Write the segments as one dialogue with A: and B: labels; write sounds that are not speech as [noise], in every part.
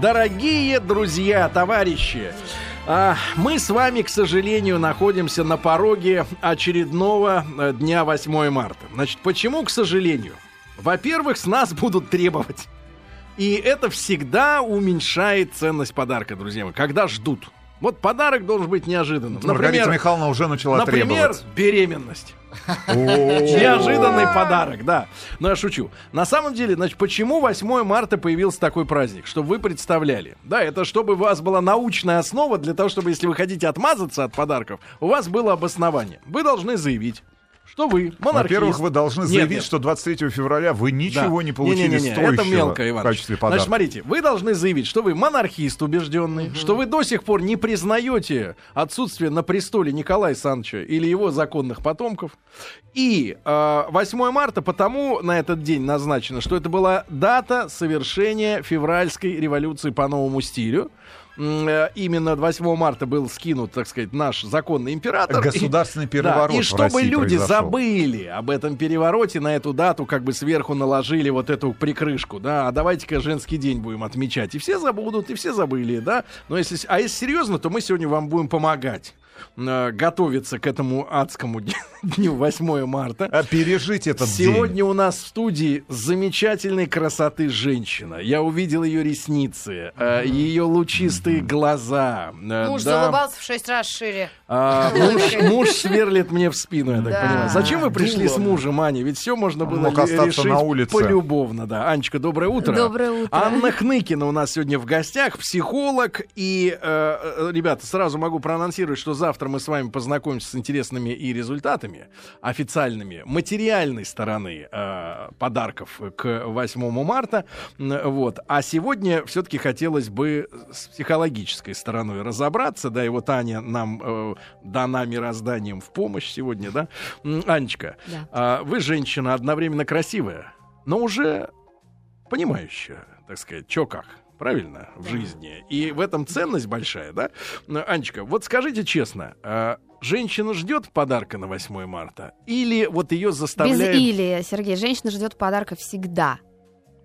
A: Дорогие друзья, товарищи, а, мы с вами, к сожалению, находимся на пороге очередного э, дня 8 марта. Значит, почему, к сожалению? Во-первых, с нас будут требовать. И это всегда уменьшает ценность подарка, друзья мои, когда ждут. Вот подарок должен быть неожиданным.
B: Маргарита
A: Например,
B: Михайловна уже начала
A: например [laughs]
B: требовать.
A: беременность.
B: Например,
A: Неожиданный подарок, да. Но я шучу. На самом деле, значит, почему 8 марта появился такой праздник? Чтобы вы представляли. Да, это чтобы у вас была научная основа для того, чтобы, если вы хотите отмазаться от подарков, у вас было обоснование. Вы должны заявить, что вы монархист.
B: Во-первых, вы должны
A: Нет,
B: заявить,
A: нет.
B: что 23 февраля вы
A: Да.
B: ничего не получили
A: Не-не-не-не,
B: стоящего
A: Это мелко,
B: в
A: Иван.
B: качестве
A: Значит,
B: подарка.
A: смотрите, вы должны заявить, что вы монархист убежденный, что вы до сих пор не признаете отсутствие на престоле Николая Санча или его законных потомков. И э, 8 марта потому на этот день назначено, что это была дата совершения февральской революции по новому стилю. М, э, Именно 8 марта был скинут, так сказать, наш законный император. И-
B: Государственный переворот
A: да, И
B: в
A: чтобы
B: России
A: люди
B: произошел.
A: забыли об этом перевороте, на эту дату как бы сверху наложили вот эту прикрышку, да, а давайте-ка женский день будем отмечать. И все забудут, и все забыли, да. Но если, с- а если серьезно, то мы сегодня вам будем помогать э, готовиться к этому адскому дню- [laughs] дню 8 марта.
B: А пережить этот
A: Сегодня
B: день.
A: у нас в студии замечательной красоты женщина. Я увидел ее ресницы, э, ее лучистые глаза. э,
C: Муж
A: да.
C: заулыбался в шесть раз шире.
A: А, муж, муж сверлит мне в спину, я так
C: Да.
A: понимаю. Зачем вы пришли с мужем, Аня? Ведь все можно
B: Он
A: было
B: мог
A: ли-
B: остаться
A: решить
B: на улице.
A: полюбовно, да. Анечка, доброе утро.
D: Доброе утро.
A: Анна Хныкина у нас сегодня в гостях, психолог. И, э, э, ребята, сразу могу проанонсировать, что завтра мы с вами познакомимся с интересными и результатами официальными материальной стороны э, подарков к 8 марта. М, Вот. А сегодня все-таки хотелось бы с психологической стороной разобраться. Да, и вот Аня нам э, дана мирозданием в помощь сегодня, да? М, Анечка,
D: Да.
A: а, вы женщина одновременно красивая, но уже понимающая, так сказать, чё как. Правильно, в жизни. И в этом ценность большая, да? Ну, Анечка, вот скажите честно, а, женщина ждет подарка на 8 марта? Или вот ее
D: Без
A: заставляет...
D: или, Сергей, женщина ждет подарка всегда.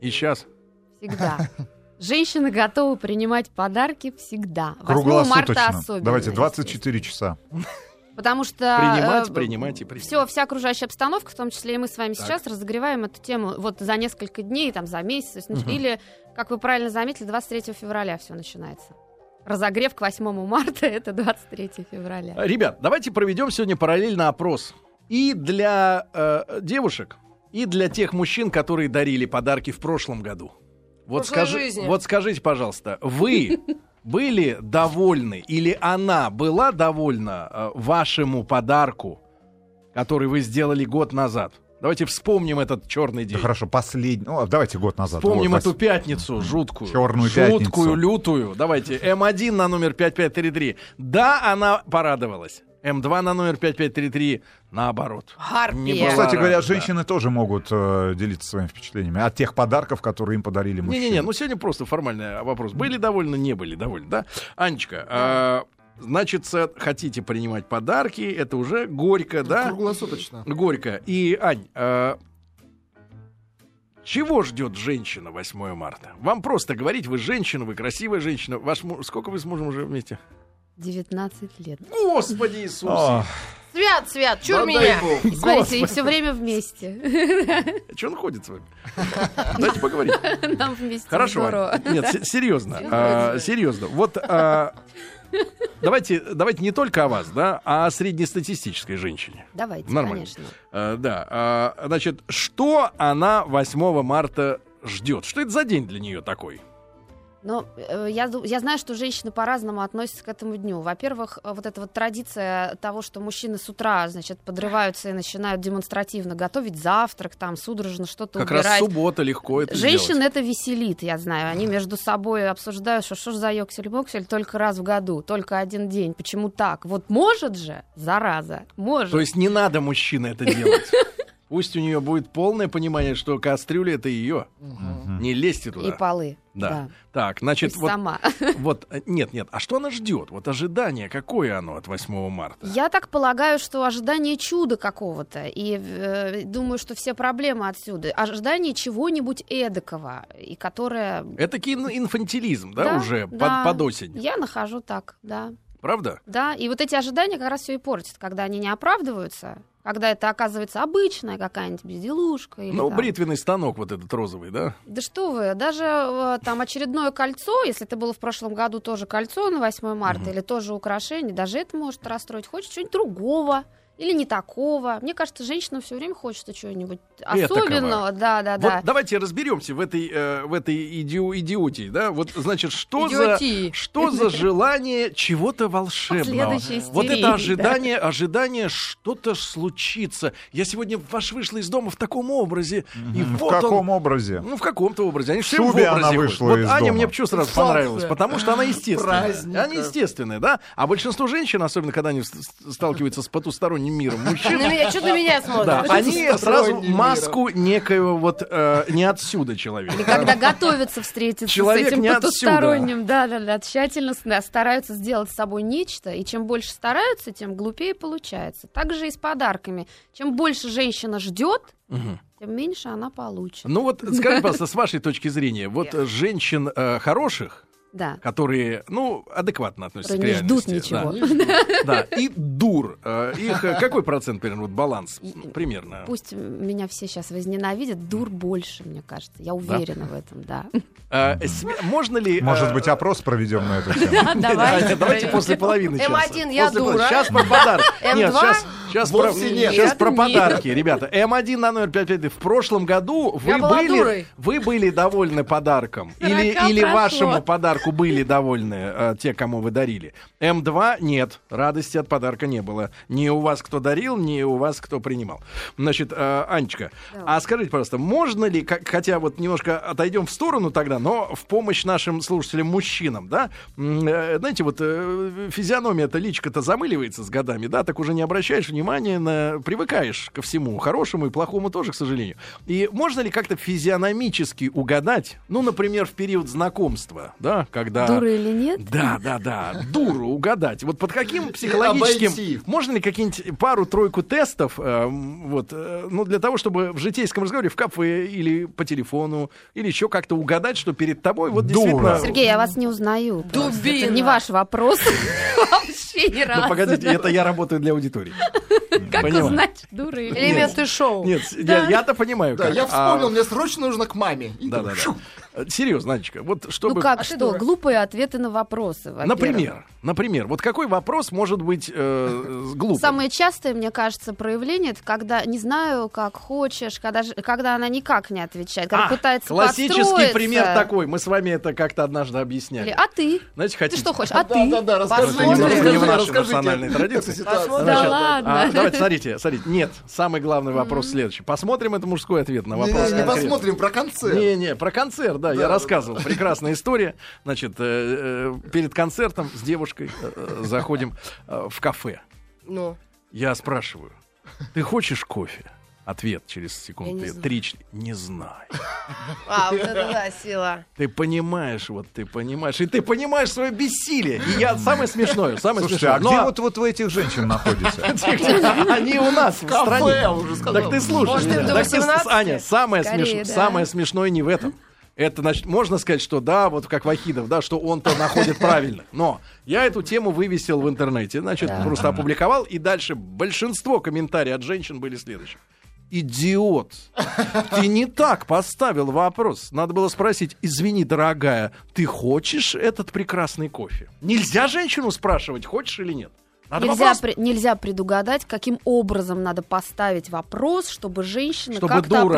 A: И сейчас. [laughs]
D: Всегда. Женщины готовы принимать подарки всегда. 8 марта
B: Круглосуточно.
D: особенно.
B: Давайте,
D: естественно.
B: 24 часа.
D: Потому что...
A: Принимать, принимать и принимать.
D: Все, вся окружающая обстановка, в том числе и мы с вами
A: Так.
D: сейчас, разогреваем эту тему вот за несколько дней, там, за месяц. то есть, ну, Или, как вы правильно заметили, 23 февраля все начинается. Разогрев к 8 марта — это 23 февраля.
A: Э, Ребят, давайте проведем сегодня параллельно опрос. И для э, девушек, и для тех мужчин, которые дарили подарки в прошлом году. Вот,
C: В прошлой
A: скажи,
C: жизни.
A: вот скажите, пожалуйста, вы были довольны или она была довольна э, вашему подарку, который вы сделали год назад? Давайте вспомним этот черный
B: Да
A: день.
B: хорошо, последний. Ну, а давайте год назад.
A: Вспомним
B: Вот,
A: эту
B: Вась.
A: пятницу жуткую.
B: Чёрную
A: жуткую,
B: пятницу.
A: лютую. Давайте, М1 на номер 5533. Да, она порадовалась. М2 на номер 5533 наоборот.
C: Гарпия.
A: Ну,
B: Ну, Кстати
A: Пора,
B: говоря,
A: да.
B: женщины тоже могут э, делиться своими впечатлениями от тех подарков, которые им подарили мужчины.
A: Не-не-не, ну сегодня просто формальный вопрос. Были довольны, не были довольны, да? Анечка, а, значит, э, хотите принимать подарки, это уже горько, да?
E: Ну, Круглосуточно.
A: Горько. И, Ань, а, чего ждет женщина 8 марта? Вам просто говорить, вы женщина, вы красивая женщина. Ваш муж, сколько вы с мужем уже вместе?
D: 19 лет.
A: Господи Иисусе!
B: О,
C: Свят, свят, чур
E: Да дай
C: меня.
E: бог.
D: И смотрите, и все время вместе.
A: Че он ходит с вами? Давайте поговорим.
D: Нам вместе
A: Хорошо.
D: здорово.
A: Ань. Нет, се- серьезно. а, Серьезно. Вот а, давайте давайте не только о вас, да, а о среднестатистической женщине.
D: Давайте,
A: Нормально.
D: конечно.
A: А, Да. а, Значит, что она 8 марта ждет? Что это за день для нее такой?
D: Но э, я, ду- я знаю, что женщины по-разному относятся к этому дню. Во-первых, э, вот эта вот традиция того, что мужчины с утра, значит, подрываются и начинают демонстративно готовить завтрак, там, судорожно что-то
A: Как раз
D: убирать.
A: суббота легко это
D: Женщин
A: сделать.
D: это веселит, я знаю. Они между собой обсуждают, что что ж за ёксель-боксель только раз в году, только один день. Почему так? Вот может же, зараза, может.
A: То есть не надо мужчина это делать. Пусть у нее будет полное понимание, что кастрюля это ее.
B: Мгм.
A: Не лезьте
D: И
A: туда.
D: полы.
A: Да.
D: Да.
A: Так, значит,
D: Пусть
A: вот,
D: сама.
A: вот, э, нет, нет. А что она ждет? Вот ожидание, какое оно от 8 марта?
D: Я так полагаю, что ожидание чуда какого-то. И э, думаю, что все проблемы отсюда. Ожидание чего-нибудь эдакого, и которое...
A: Это кин- инфантилизм, да,
D: Да,
A: уже под-
D: да.
A: под осень,
D: Я нахожу так, да.
A: правда?
D: Да, и вот эти ожидания как раз все и портят, когда они не оправдываются, когда это оказывается обычная какая-нибудь безделушка. Или
A: Ну,
D: там-
A: бритвенный станок вот этот розовый, да?
D: Да что вы, даже э, там очередное кольцо, если это было в прошлом году тоже кольцо на 8 марта,
A: Мгм.
D: или тоже украшение, даже это может расстроить. Хочет чего-нибудь другого или не такого. Мне кажется, женщинам все время хочется чего-нибудь
A: Этакого.
D: особенного. Да, да, да.
A: Вот давайте разберемся в этой, э, в этой идио- идиотии, да? Вот, значит, что за...
C: Идиотии.
A: Что
D: [laughs] Ну,
A: за желание чего-то волшебного?
D: Следующая
A: Вот
D: истерия,
A: это ожидание, ожидание, что-то ж случится. Я сегодня ваш вышла из дома в таком образе, и
B: Мгм. В
A: вот
B: каком
A: он.
B: образе?
A: Ну, в каком-то образе. Они
B: В
A: все в образе.
B: шубе она
A: ходят.
B: вышла
A: вот
B: из
A: Аня
B: дома.
A: мне почему сразу
C: Солнце.
A: понравилась? Потому что она естественная.
E: Праздника.
A: Она естественная, да? А большинство женщин, особенно когда они с- сталкиваются с потусторонним миром,
D: [laughs]
A: мужчин,
C: На меня, что ты на меня смотришь?
A: да, они сразу
E: миром.
A: маску некоего вот э, не отсюда человека. [laughs]
D: Или когда готовятся встретиться
A: Человек
D: с этим
A: не отсюда.
D: потусторонним, да, да, да, тщательно с- да, стараются сделать с собой нечто, и чем больше стараются, тем глупее получается. Так же и с подарками. Чем больше женщина ждет,
A: Мгм.
D: тем меньше она получит.
A: Ну вот скажи, пожалуйста, с вашей точки зрения, вот э, женщин э, хороших,
D: Да.
A: которые, ну, адекватно относятся
D: Которые
A: к
D: не ждут
A: реальности.
D: ничего.
A: Да, да, и дур. э, Их э, какой процент, примерно, вот баланс
D: И-
A: примерно?
D: Ну, Пусть меня все сейчас возненавидят, дур больше, мне кажется. Я уверена в этом, да.
A: Э, с- Можно ли... э,
B: Может быть, опрос проведем
A: [laughs]
B: на эту тему?
C: [laughs]
D: Да,
A: Давайте, давайте после половины часа.
C: М1 я
A: После пол-
C: дура.
A: Сейчас про подарки.
C: [laughs] М2
A: Нет, сейчас, сейчас, про,
E: вовсе нет.
A: сейчас про
D: Нет.
A: подарки, ребята. М1 на номер 555. В прошлом году вы
C: Я была
A: были,
C: дурой.
A: вы были довольны подарком. Или,
D: Дорога
A: или
D: прошло.
A: вашему подарку были довольны э, те, кому вы дарили. М2 нет. Радости от подарка не было. Ни у вас, кто дарил, ни у вас, кто принимал. Значит, э, Анечка,
D: Да.
A: а скажите, пожалуйста, можно ли, как, хотя вот немножко отойдем в сторону тогда, но в помощь нашим слушателям мужчинам, да? М, э, Знаете, вот э, физиономия-то, личка-то замыливается с годами, да? Так уже не обращаешь внимания на... Привыкаешь ко всему, хорошему и плохому тоже, к сожалению. И можно ли как-то физиономически угадать, ну, например, в период знакомства, [laughs] да, когда...
D: Дура или нет?
A: Да, да, да. Дуру угадать. Вот под каким психологическим...
E: Обойти.
A: Можно ли какие-нибудь пару-тройку тестов, э, м, вот, э, ну, для того, чтобы в житейском разговоре в кафе или по телефону, или еще как-то угадать, что перед тобой вот
B: Дура.
A: действительно...
D: Сергей, я вас не узнаю. просто.
C: Дубина.
D: Это не ваш вопрос. [laughs] Вообще ни разу.
A: Ну, погодите, это я работаю для аудитории.
D: [laughs] Как
A: понимаю.
D: узнать, дура или нет?
C: Элементы шоу.
A: Нет, с- я- я-то понимаю.
E: Да,
A: как,
E: я вспомнил,
A: а-
E: мне срочно нужно к маме. И
A: Да,
E: думаю,
A: да,
E: «Шу».
A: да. Серьезно, Анечка, вот чтобы...
D: Ну как,
C: А ты
D: что,
C: дура.
D: глупые ответы на вопросы, во-первых.
A: Например, например, вот какой вопрос может быть э, с глупым?
D: Самое частое, мне кажется, проявление это когда не знаю, как хочешь, когда, ж- когда она никак не отвечает, когда
A: А,
D: пытается
A: Классический
D: подстроиться.
A: пример такой. Мы с вами это как-то однажды
D: Или,
A: объясняли.
D: а ты?
A: Знаете, хотите?
D: Ты что хочешь? А ты?
E: Да, да, да, расскажи.
A: Это немножко
E: расскажи,
A: не в нашей
E: расскажите
A: национальной
E: эту
A: традиции.
E: ситуацию.
C: Посмотрим.
A: Значит,
D: Да ладно.
A: а, давайте, смотрите, смотрите. Нет, самый главный вопрос следующий. Посмотрим это мужской ответ на вопрос.
E: Не-не-не,
A: конкретно.
E: посмотрим про концерт.
A: Не-не, про концерт, да, я
E: Да, да,
A: рассказывал. Прекрасная история. Значит, э, э, перед концертом с девушкой э, э, заходим э, в кафе.
C: Ну,
A: Я спрашиваю, ты хочешь кофе? Ответ через секунду.
C: не
A: три-
C: знаю.
A: Три, чет- не знаю.
C: а, вот это да, сила.
A: Ты понимаешь, вот ты понимаешь. И ты понимаешь свое бессилие. И я самое смешное, самое
B: Слушайте,
A: смешное. Ну,
B: а где
A: Но- [laughs]
B: вот вот вы этих женщин [laughs] находитесь?
A: Они у нас в стране.
E: Кафе уже сказал.
A: Так ты слушай.
C: Может, им
A: меня.
C: до
A: Так ты,
C: 18?
A: Аня, самое,
D: Скорее,
A: смеш-
D: да.
A: самое смешное не в этом. Это, значит, можно сказать, что да, вот как Вахидов, да, что он-то находит правильно. Но я эту тему вывесил в интернете, значит, просто опубликовал, и дальше большинство комментариев от женщин были следующие. Идиот, ты не так поставил вопрос. Надо было спросить, извини, дорогая, ты хочешь этот прекрасный кофе? Нельзя женщину спрашивать, хочешь или нет. Надо
D: Нельзя,
A: вопрос
D: пре- нельзя предугадать, каким образом надо поставить вопрос, чтобы женщина
A: Чтобы
D: как-то
A: дура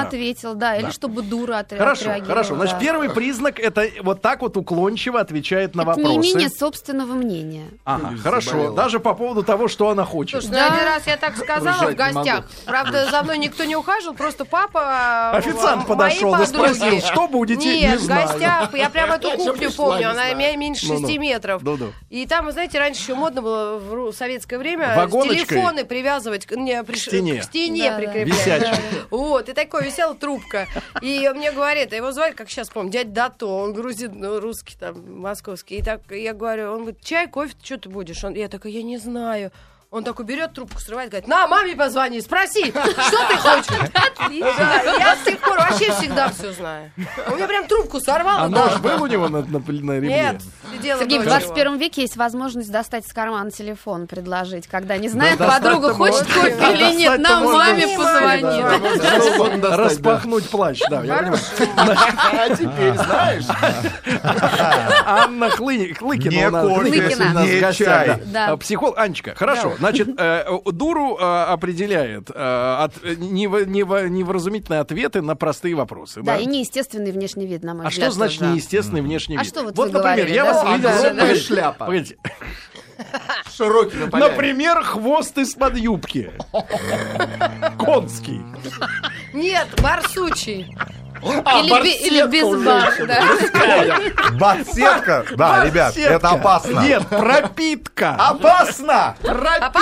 A: ответила, да.
D: ответила, да, или
A: Да.
D: чтобы дура отре-
A: Хорошо,
D: отреагировала.
A: хорошо. Значит,
D: да.
A: первый признак это вот так вот уклончиво отвечает на
D: Это не
A: вопросы.
D: имение собственного мнения.
A: Ага,
E: Или
A: хорошо.
E: заболела.
A: Даже по поводу того, что она хочет.
C: Слушай,
D: Да.
C: ну один раз я так сказала
E: Ржать
C: в
E: не
C: гостях.
E: могу.
C: Правда, за мной никто не ухаживал, просто папа э,
A: Официант
C: м-
A: подошел
C: моей
A: и спросил,
C: подруги.
A: что будете?
C: Нет,
A: не
C: в
A: знаю.
C: гостях. Я прям эту
E: Я чё
C: кухню
E: пришла, не
C: помню. Она
E: знаю.
C: меня меньше
A: Ну-ну.
C: шести метров.
D: Ну,
A: Ну-ну.
C: И там, вы знаете, раньше еще модно было было в ру- советское время
A: Вагоночкой?
C: телефоны привязывать к, не, приш-
A: стене.
C: к стене
D: Да-да.
C: прикреплять.
A: Висячий.
C: [laughs] Вот, и такой висела трубка. И мне говорит, его звали, как сейчас помню, дядь Дато, он грузин, ну, русский там, московский. И так я говорю, он говорит, чай, кофе, что ты будешь? Он, я такая, я не знаю. Он такой берет трубку, срывает, говорит, на, маме позвони, спроси, что ты хочешь? Да, я с тех пор вообще всегда все знаю. Он мне прям трубку сорвал.
A: А
C: и дал.
A: нож был у него на, на, на ремне?
C: Нет, сидела
D: Сергей, в
C: дочь его.
D: 21 веке есть возможность достать из кармана телефон, предложить, когда не знает
A: достать-то
D: подруга, хочет
A: можно.
D: кофе
A: Да,
D: или нет,
A: достать-то
D: нам
A: можно
D: маме
A: всё,
D: позвонит.
E: Да, можно что угодно достать, да.
A: Распахнуть плащ, да, я понимаю.
E: А теперь, знаешь,
A: Анна Хлы- Хлыкина
B: Не
A: у нас,
B: кофе,
A: Хлыкина у нас в
B: не
A: гостях,
B: чай.
A: да.
D: Да.
A: А, Психолог. Анечка,
D: [laughs]
A: хорошо. Значит, э, э, дуру э, определяет э, от- э, нево- нево- невразумительные ответы на простые вопросы.
D: Да,
A: да?
D: и неестественный внешний вид, на мой
A: А
D: взгляд.
A: что значит
D: тоже.
A: неестественный внешний
D: А
A: вид?
D: что вот вы
A: например,
D: говорили,
A: я
D: да,
A: вас
D: да,
A: видел
D: да,
A: с
D: да.
A: лопатой.
E: Шляпа.
A: Погодите.
E: широкий на поляне.
A: Например, хвост из-под
B: [laughs]
A: юбки. Конский.
C: Нет, барсучий.
E: А,
D: Или,
E: барсетка
D: бе- или без
E: уже
D: бар,
E: еще.
D: да.
B: Барсетка? Да, ребят,
A: Сетка.
B: это опасно.
A: Нет,
B: [laughs]
A: пропитка.
B: Опасно!
C: Опасно?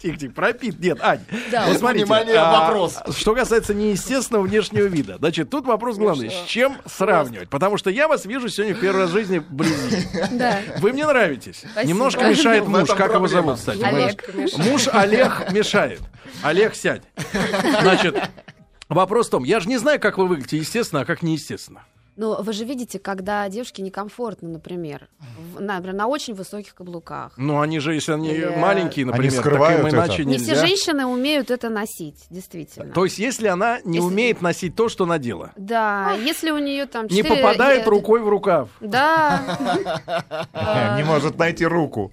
A: Тихо-тихо, пропит. Нет, Ань,
D: Да.
A: вот смотрите.
E: Внимание,
A: а,
E: вопрос.
A: Что касается неестественного внешнего вида. Значит, тут вопрос главный. С чем сравнивать? Потому что я вас вижу сегодня в первый раз в жизни вблизи.
D: Да.
A: Вы мне нравитесь.
D: Спасибо.
A: Немножко мешает
E: В
A: муж.
E: этом
A: Как его
E: проблема.
A: зовут, кстати?
D: Олег
A: Муж- Муж Олег мешает. Олег, сядь. Значит, вопрос в том, я же не знаю, как вы выглядите естественно, а как неестественно.
D: Ну, вы же видите, когда девушке некомфортно, например, в- на, например, на очень высоких каблуках.
A: Ну, они же, если они
C: Э,
A: маленькие,
B: Они
A: например, так
B: скрывают
A: им
B: это.
A: иначе
D: Не
A: нельзя.
D: все женщины умеют это носить, действительно.
A: То есть, если она не
D: Если-
A: умеет носить то, что надела,
D: Да, если у нее там
A: не
D: четыре-
A: попадает
D: э,
A: рукой в рукав,
D: Да,
B: [laughs] Не может найти руку.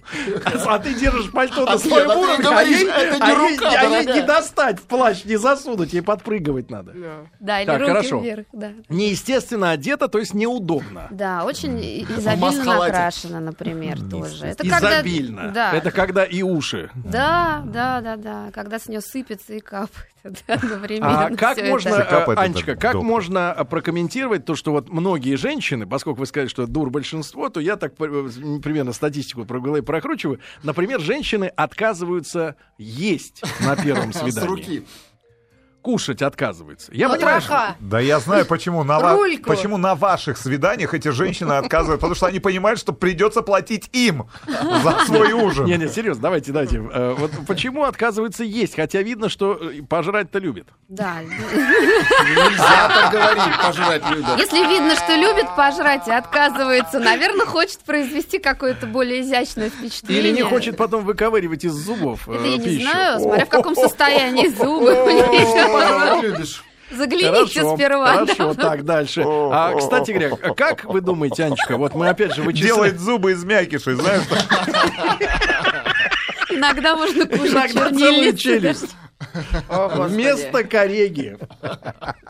A: а ты держишь пальто на
E: А нет,
A: своем
E: а ты
A: уровне, а
E: говоришь,
A: ей
E: это не
A: а ей-
E: рука,
A: а ей
E: дорогая.
A: не достать в плащ, не засунуть, ей подпрыгивать надо.
D: [laughs] да, или
A: Так,
D: руки
A: хорошо.
D: вверх, да.
A: Неестественно одета, то есть неудобно.
D: Да, очень
A: А
D: и-
E: маск
D: изобильно
E: халате.
D: накрашена, например, тоже. Это
A: Изобильно.
D: Когда... Да.
A: Это когда и уши.
D: да, да, да, да. Когда с нее сыпется и капает [laughs] да, одновременно.
A: А как
D: всё это.
A: можно,
B: это. Цикап
A: э,
B: это
A: Анечка,
B: так
A: как
B: удобно.
A: можно э, прокомментировать то, что вот многие женщины, поскольку вы сказали, что дур большинство, то я так э, примерно статистику про голове прокручиваю. Например, женщины отказываются есть на первом
E: [laughs] С
A: свидании.
E: руки.
A: Кушать отказываются. Я понимаю, что-
C: Потроха.
B: Да я знаю, почему на, ва-
C: Рульку.
B: почему на ваших свиданиях эти женщины отказывают, потому что они понимают, что придется платить им за свой
A: Не,
B: ужин.
A: не, серьезно, давайте, давайте. Э, Вот почему отказываются есть, хотя видно, что э, пожрать-то любит.
D: Да.
E: Нельзя так говорить, пожрать людям.
D: Если видно, что любит пожрать и отказывается, наверное, хочет произвести какое-то более изящное впечатление.
A: Или не хочет потом выковыривать из зубов э,
D: Это я не
A: пищу.
D: знаю, смотря в каком состоянии зубы.
A: [laughs]
D: понимаете?
E: Пожрать любишь.
D: Загляните
A: Хорошо,
D: сперва. да.
A: Хорошо, так, дальше. А, кстати говоря, как вы думаете, Анечка, вот мы опять же вычисляем...
B: Делает зубы из мякишей, знаешь,
D: Иногда можно кушать
A: Иногда целую
D: чернильницу.
A: челюсть. Вместо кореги.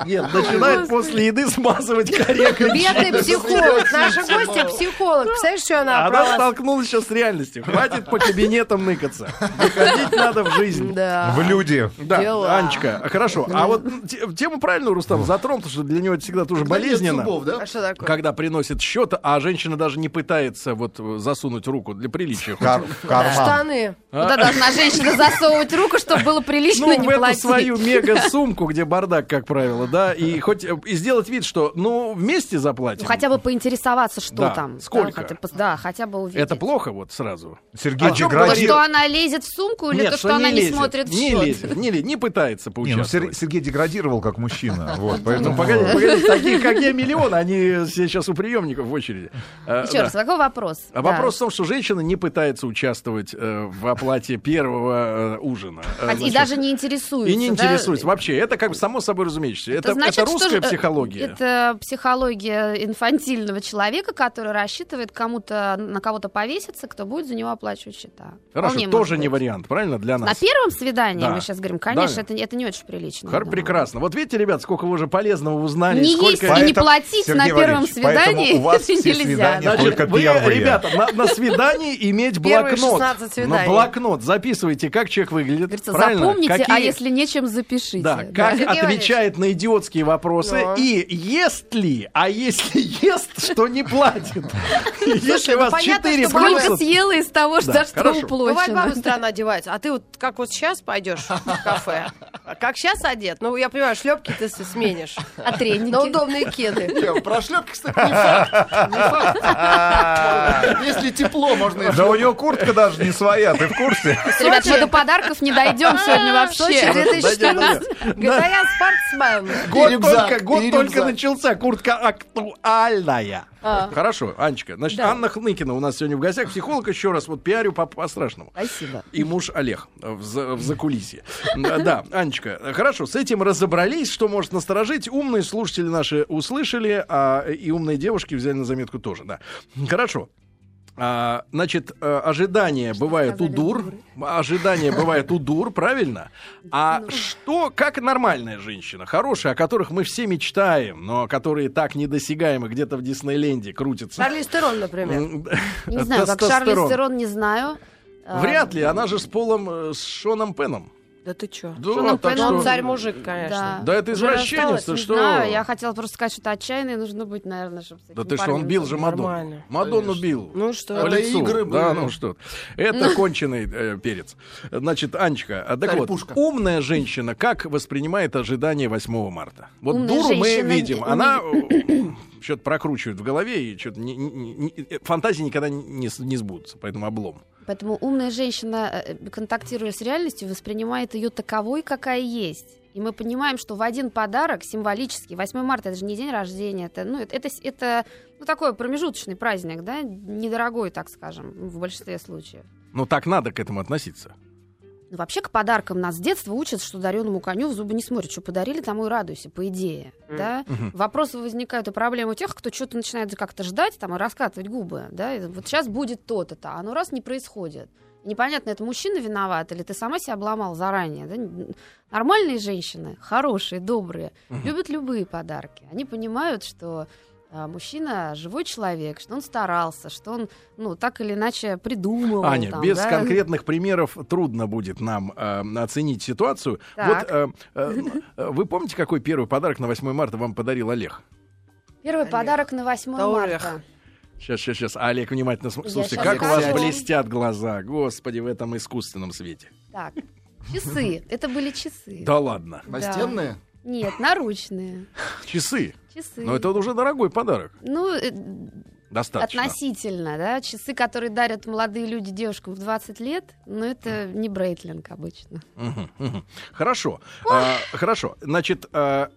A: Нет, начинает после еды смазывать корегой.
C: Бедный психолог. Наша гостья психолог. Представляешь, что она
A: Она
C: оправдала?
A: столкнулась сейчас с реальностью. Хватит по кабинетам ныкаться. Выходить надо в жизнь.
C: Да.
B: в люди.
A: Да,
C: Дела.
A: Анечка, хорошо. А вот м, те- тему правильную Рустам затронул, потому что для него это всегда тоже
E: Когда нет
A: болезненно.
E: зубов, да?
C: А что такое?
A: Когда приносит счет, а женщина даже не пытается вот э, засунуть руку для приличия. хоть.
B: Кар- в карман.
C: Штаны.
D: Куда должна женщина засовывать руку, чтобы было
A: А.
D: прилично
A: Ну,
D: не
A: в эту
D: платить?
A: свою мега-сумку, где бардак, как правило, да, и хоть э, и сделать вид, что, ну, вместе заплатим.
D: Ну, хотя бы поинтересоваться, что
A: Да,
D: там.
A: сколько?
D: Да, хотя, бы- да, хотя бы увидеть.
A: Это плохо вот сразу.
B: Сергей
A: А чем
D: То,
B: деградирует.
D: что она лезет в сумку, или
A: Нет,
D: то, что она не
A: лезет,
D: смотрит в
A: Не
D: счет?
A: лезет, не ле- не пытается
B: Не, ну, Сер-
A: поучаствовать.
B: Сергей деградировал как мужчина. Вот,
A: Ну,
B: поэтому...
A: погоди, погоди, таких, как я, миллион, они все сейчас у приемников в очереди. Э,
D: Еще
A: да.
D: раз, какой вопрос?
A: А
D: Да.
A: вопрос в том, что женщина не пытается участвовать э, в оплате первого э, ужина. Э,
D: Хотя- А, И
A: значит,
D: даже не интересуется.
A: и не
D: да?
A: интересуется вообще. Это как бы само собой разумеющееся. Это, это
D: что
A: русская
D: же- э,
A: психология.
D: Это психология инфантильного человека, который рассчитывает кому-то на кого-то повеситься, кто будет за него оплачивать счета.
A: Хорошо,
D: Вполне
A: тоже
D: может
A: не
D: быть.
A: вариант, правильно, для
D: На
A: нас?
D: первом свидании
A: Да.
D: мы сейчас говорим, конечно,
A: Да.
D: это, не- это не очень прилично. я
A: Хар-
D: думаю.
A: прекрасно. Вот видите, ребят, сколько вы уже полезного узнали. и
D: Не
A: сколько...
D: есть и не
B: Поэтому-
D: платить на
B: Сергей
D: первом
B: Валерьевич, поэтому
D: свидании
B: у вас все
D: нельзя.
B: свидания
D: да.
B: были-
A: Значит,
B: Только
A: вы,
B: первые.
A: ребята, на, на свидании иметь
C: Первые
A: блокнот.
C: 16
A: На
C: свиданий.
A: блокнот записывайте, как человек выглядит.
D: Говорится,
A: правильно?
D: запомните
A: Какие
D: а если нечем, запишите.
A: Да, как
C: Сергей
A: отвечает на идиотские вопросы
C: Да.
A: и ест ли, а если ест, что не
C: [laughs]
A: платит. Если у
C: ну,
A: вас
C: понятно,
A: четыре
C: что бабушка
A: плюса,
D: Сколько съела из того, что
A: Да,
D: за что
A: хорошо.
C: Бывает,
D: уплочено?
C: баба странно одевается. А ты вот как вот сейчас пойдешь в кафе, как сейчас одет, ну, я понимаю, шлепки ты с- сменишь.
D: А треники?
C: Но удобные кеды.
E: Не, про шлепки, кстати, не факт. Не
A: [laughs]
E: факт. Если тепло, можно и
B: Да у него куртка даже не своя, ты в курсе?
D: Ребят, мы до подарков не дойдем сегодня
C: А, Сочи
D: вообще.
C: 2014. Говоря «А спортсмен.
A: Год
E: И рюкзак,
A: только, год
E: и
A: только
E: рюкзак.
A: начался, куртка актуальная.
C: А,
A: Хорошо, Анечка. Значит, Анна Хныкина у нас сегодня в гостях. Психолог еще раз, вот пиарю по- по-страшному.
D: Спасибо.
A: И муж Олег э, в, за- в закулисье. Да, да, Анечка, э, хорошо, с этим разобрались, что может насторожить. Умные слушатели наши услышали, а э, и умные девушки взяли на заметку тоже, да. Хорошо. А, значит, э, ожидания бывают у
D: сказали
A: дур, ожидания бывают у дур, правильно? А
D: Ну.
A: что, как нормальная женщина, хорошая, о которых мы все мечтаем, но которые так недосягаемы где-то в Диснейленде крутятся?
C: Шарли Стерон, например.
A: М,
D: Не знаю, как Шарлиз
A: тестостерон.
D: Терон, не знаю. А,
A: Вряд ли, она же с Полом, э, с Шоном Пеном.
C: Да ты чё?
A: Да,
D: Шоном
A: так
D: Пеном
A: что-
C: Он царь-мужик, конечно.
A: Да это
C: Уже
A: извращенец,
C: рассталась,
A: ты
C: не
A: что?
D: Знаю, я хотела просто сказать, что это отчаянное нужно быть, наверное, чтобы с
A: Да
D: этим
A: ты что,
D: парнем
A: он бил же
D: разобраться.
A: Мадонну.
C: Нормально.
A: Мадонну
E: Конечно.
A: бил.
C: Ну что?
A: По
E: Это
A: лицу.
E: игры
A: да,
E: были.
A: ну что. ты. Это конченый э, перец. Значит, Анечка, а так вот,
E: Карпушка.
A: умная женщина как воспринимает ожидание 8 марта? Вот
D: Умная
A: дуру мы
D: женщина не-
A: видим, она э, [coughs] что-то прокручивает в голове, и что-то не- не- не- э, фантазии никогда не, с- не сбудутся, поэтому облом.
D: Поэтому умная женщина, э, контактируя с реальностью, воспринимает ее таковой, какая есть. И мы понимаем, что в один подарок символический, 8 марта, это же не день рождения, это, ну, это, это, с- это, ну, такой промежуточный праздник, да, недорогой, так скажем, в большинстве случаев.
A: Ну так надо к этому относиться.
D: Ну, вообще к подаркам нас с детства учат, что дареному коню в зубы не смотрят. Что подарили, тому и радуйся, по идее. Да?
A: Мгм.
D: Вопросы возникают и проблемы у тех, кто что-то начинает как-то ждать там, и раскатывать губы. Да? И вот сейчас будет то-то-то, а оно раз не происходит. Непонятно, это мужчина виноват или ты сама себя обломал заранее. да? Нормальные женщины, хорошие, добрые,
A: Мгм.
D: любят любые подарки. Они понимают, что а, мужчина живой человек, что он старался, что он ну, так или иначе придумал.
A: Аня, без
D: да.
A: конкретных примеров трудно будет нам э, оценить ситуацию.
D: Так.
A: Вот э, э, э, вы помните, какой первый подарок на 8 марта вам подарил Олег?
D: Первый
C: Олег.
D: подарок на 8
C: Таурих.
D: марта.
A: Сейчас, сейчас, сейчас. Олег, внимательно см-
D: Я
A: слушайте,
D: щас
A: как у вас
E: скажу.
A: блестят глаза, господи, в этом искусственном свете.
D: Так, часы. Это были часы.
A: Да ладно,
E: Настенные?
D: Нет, наручные.
A: часы.
D: Часы.
A: Но Ну, это уже дорогой подарок.
D: Ну, э,
A: Достаточно.
D: относительно, да. Часы, которые дарят молодые люди девушкам в 20 лет, но это не брейтлинг обычно.
A: Мгм, мгм. Хорошо. А, хорошо. Значит, а,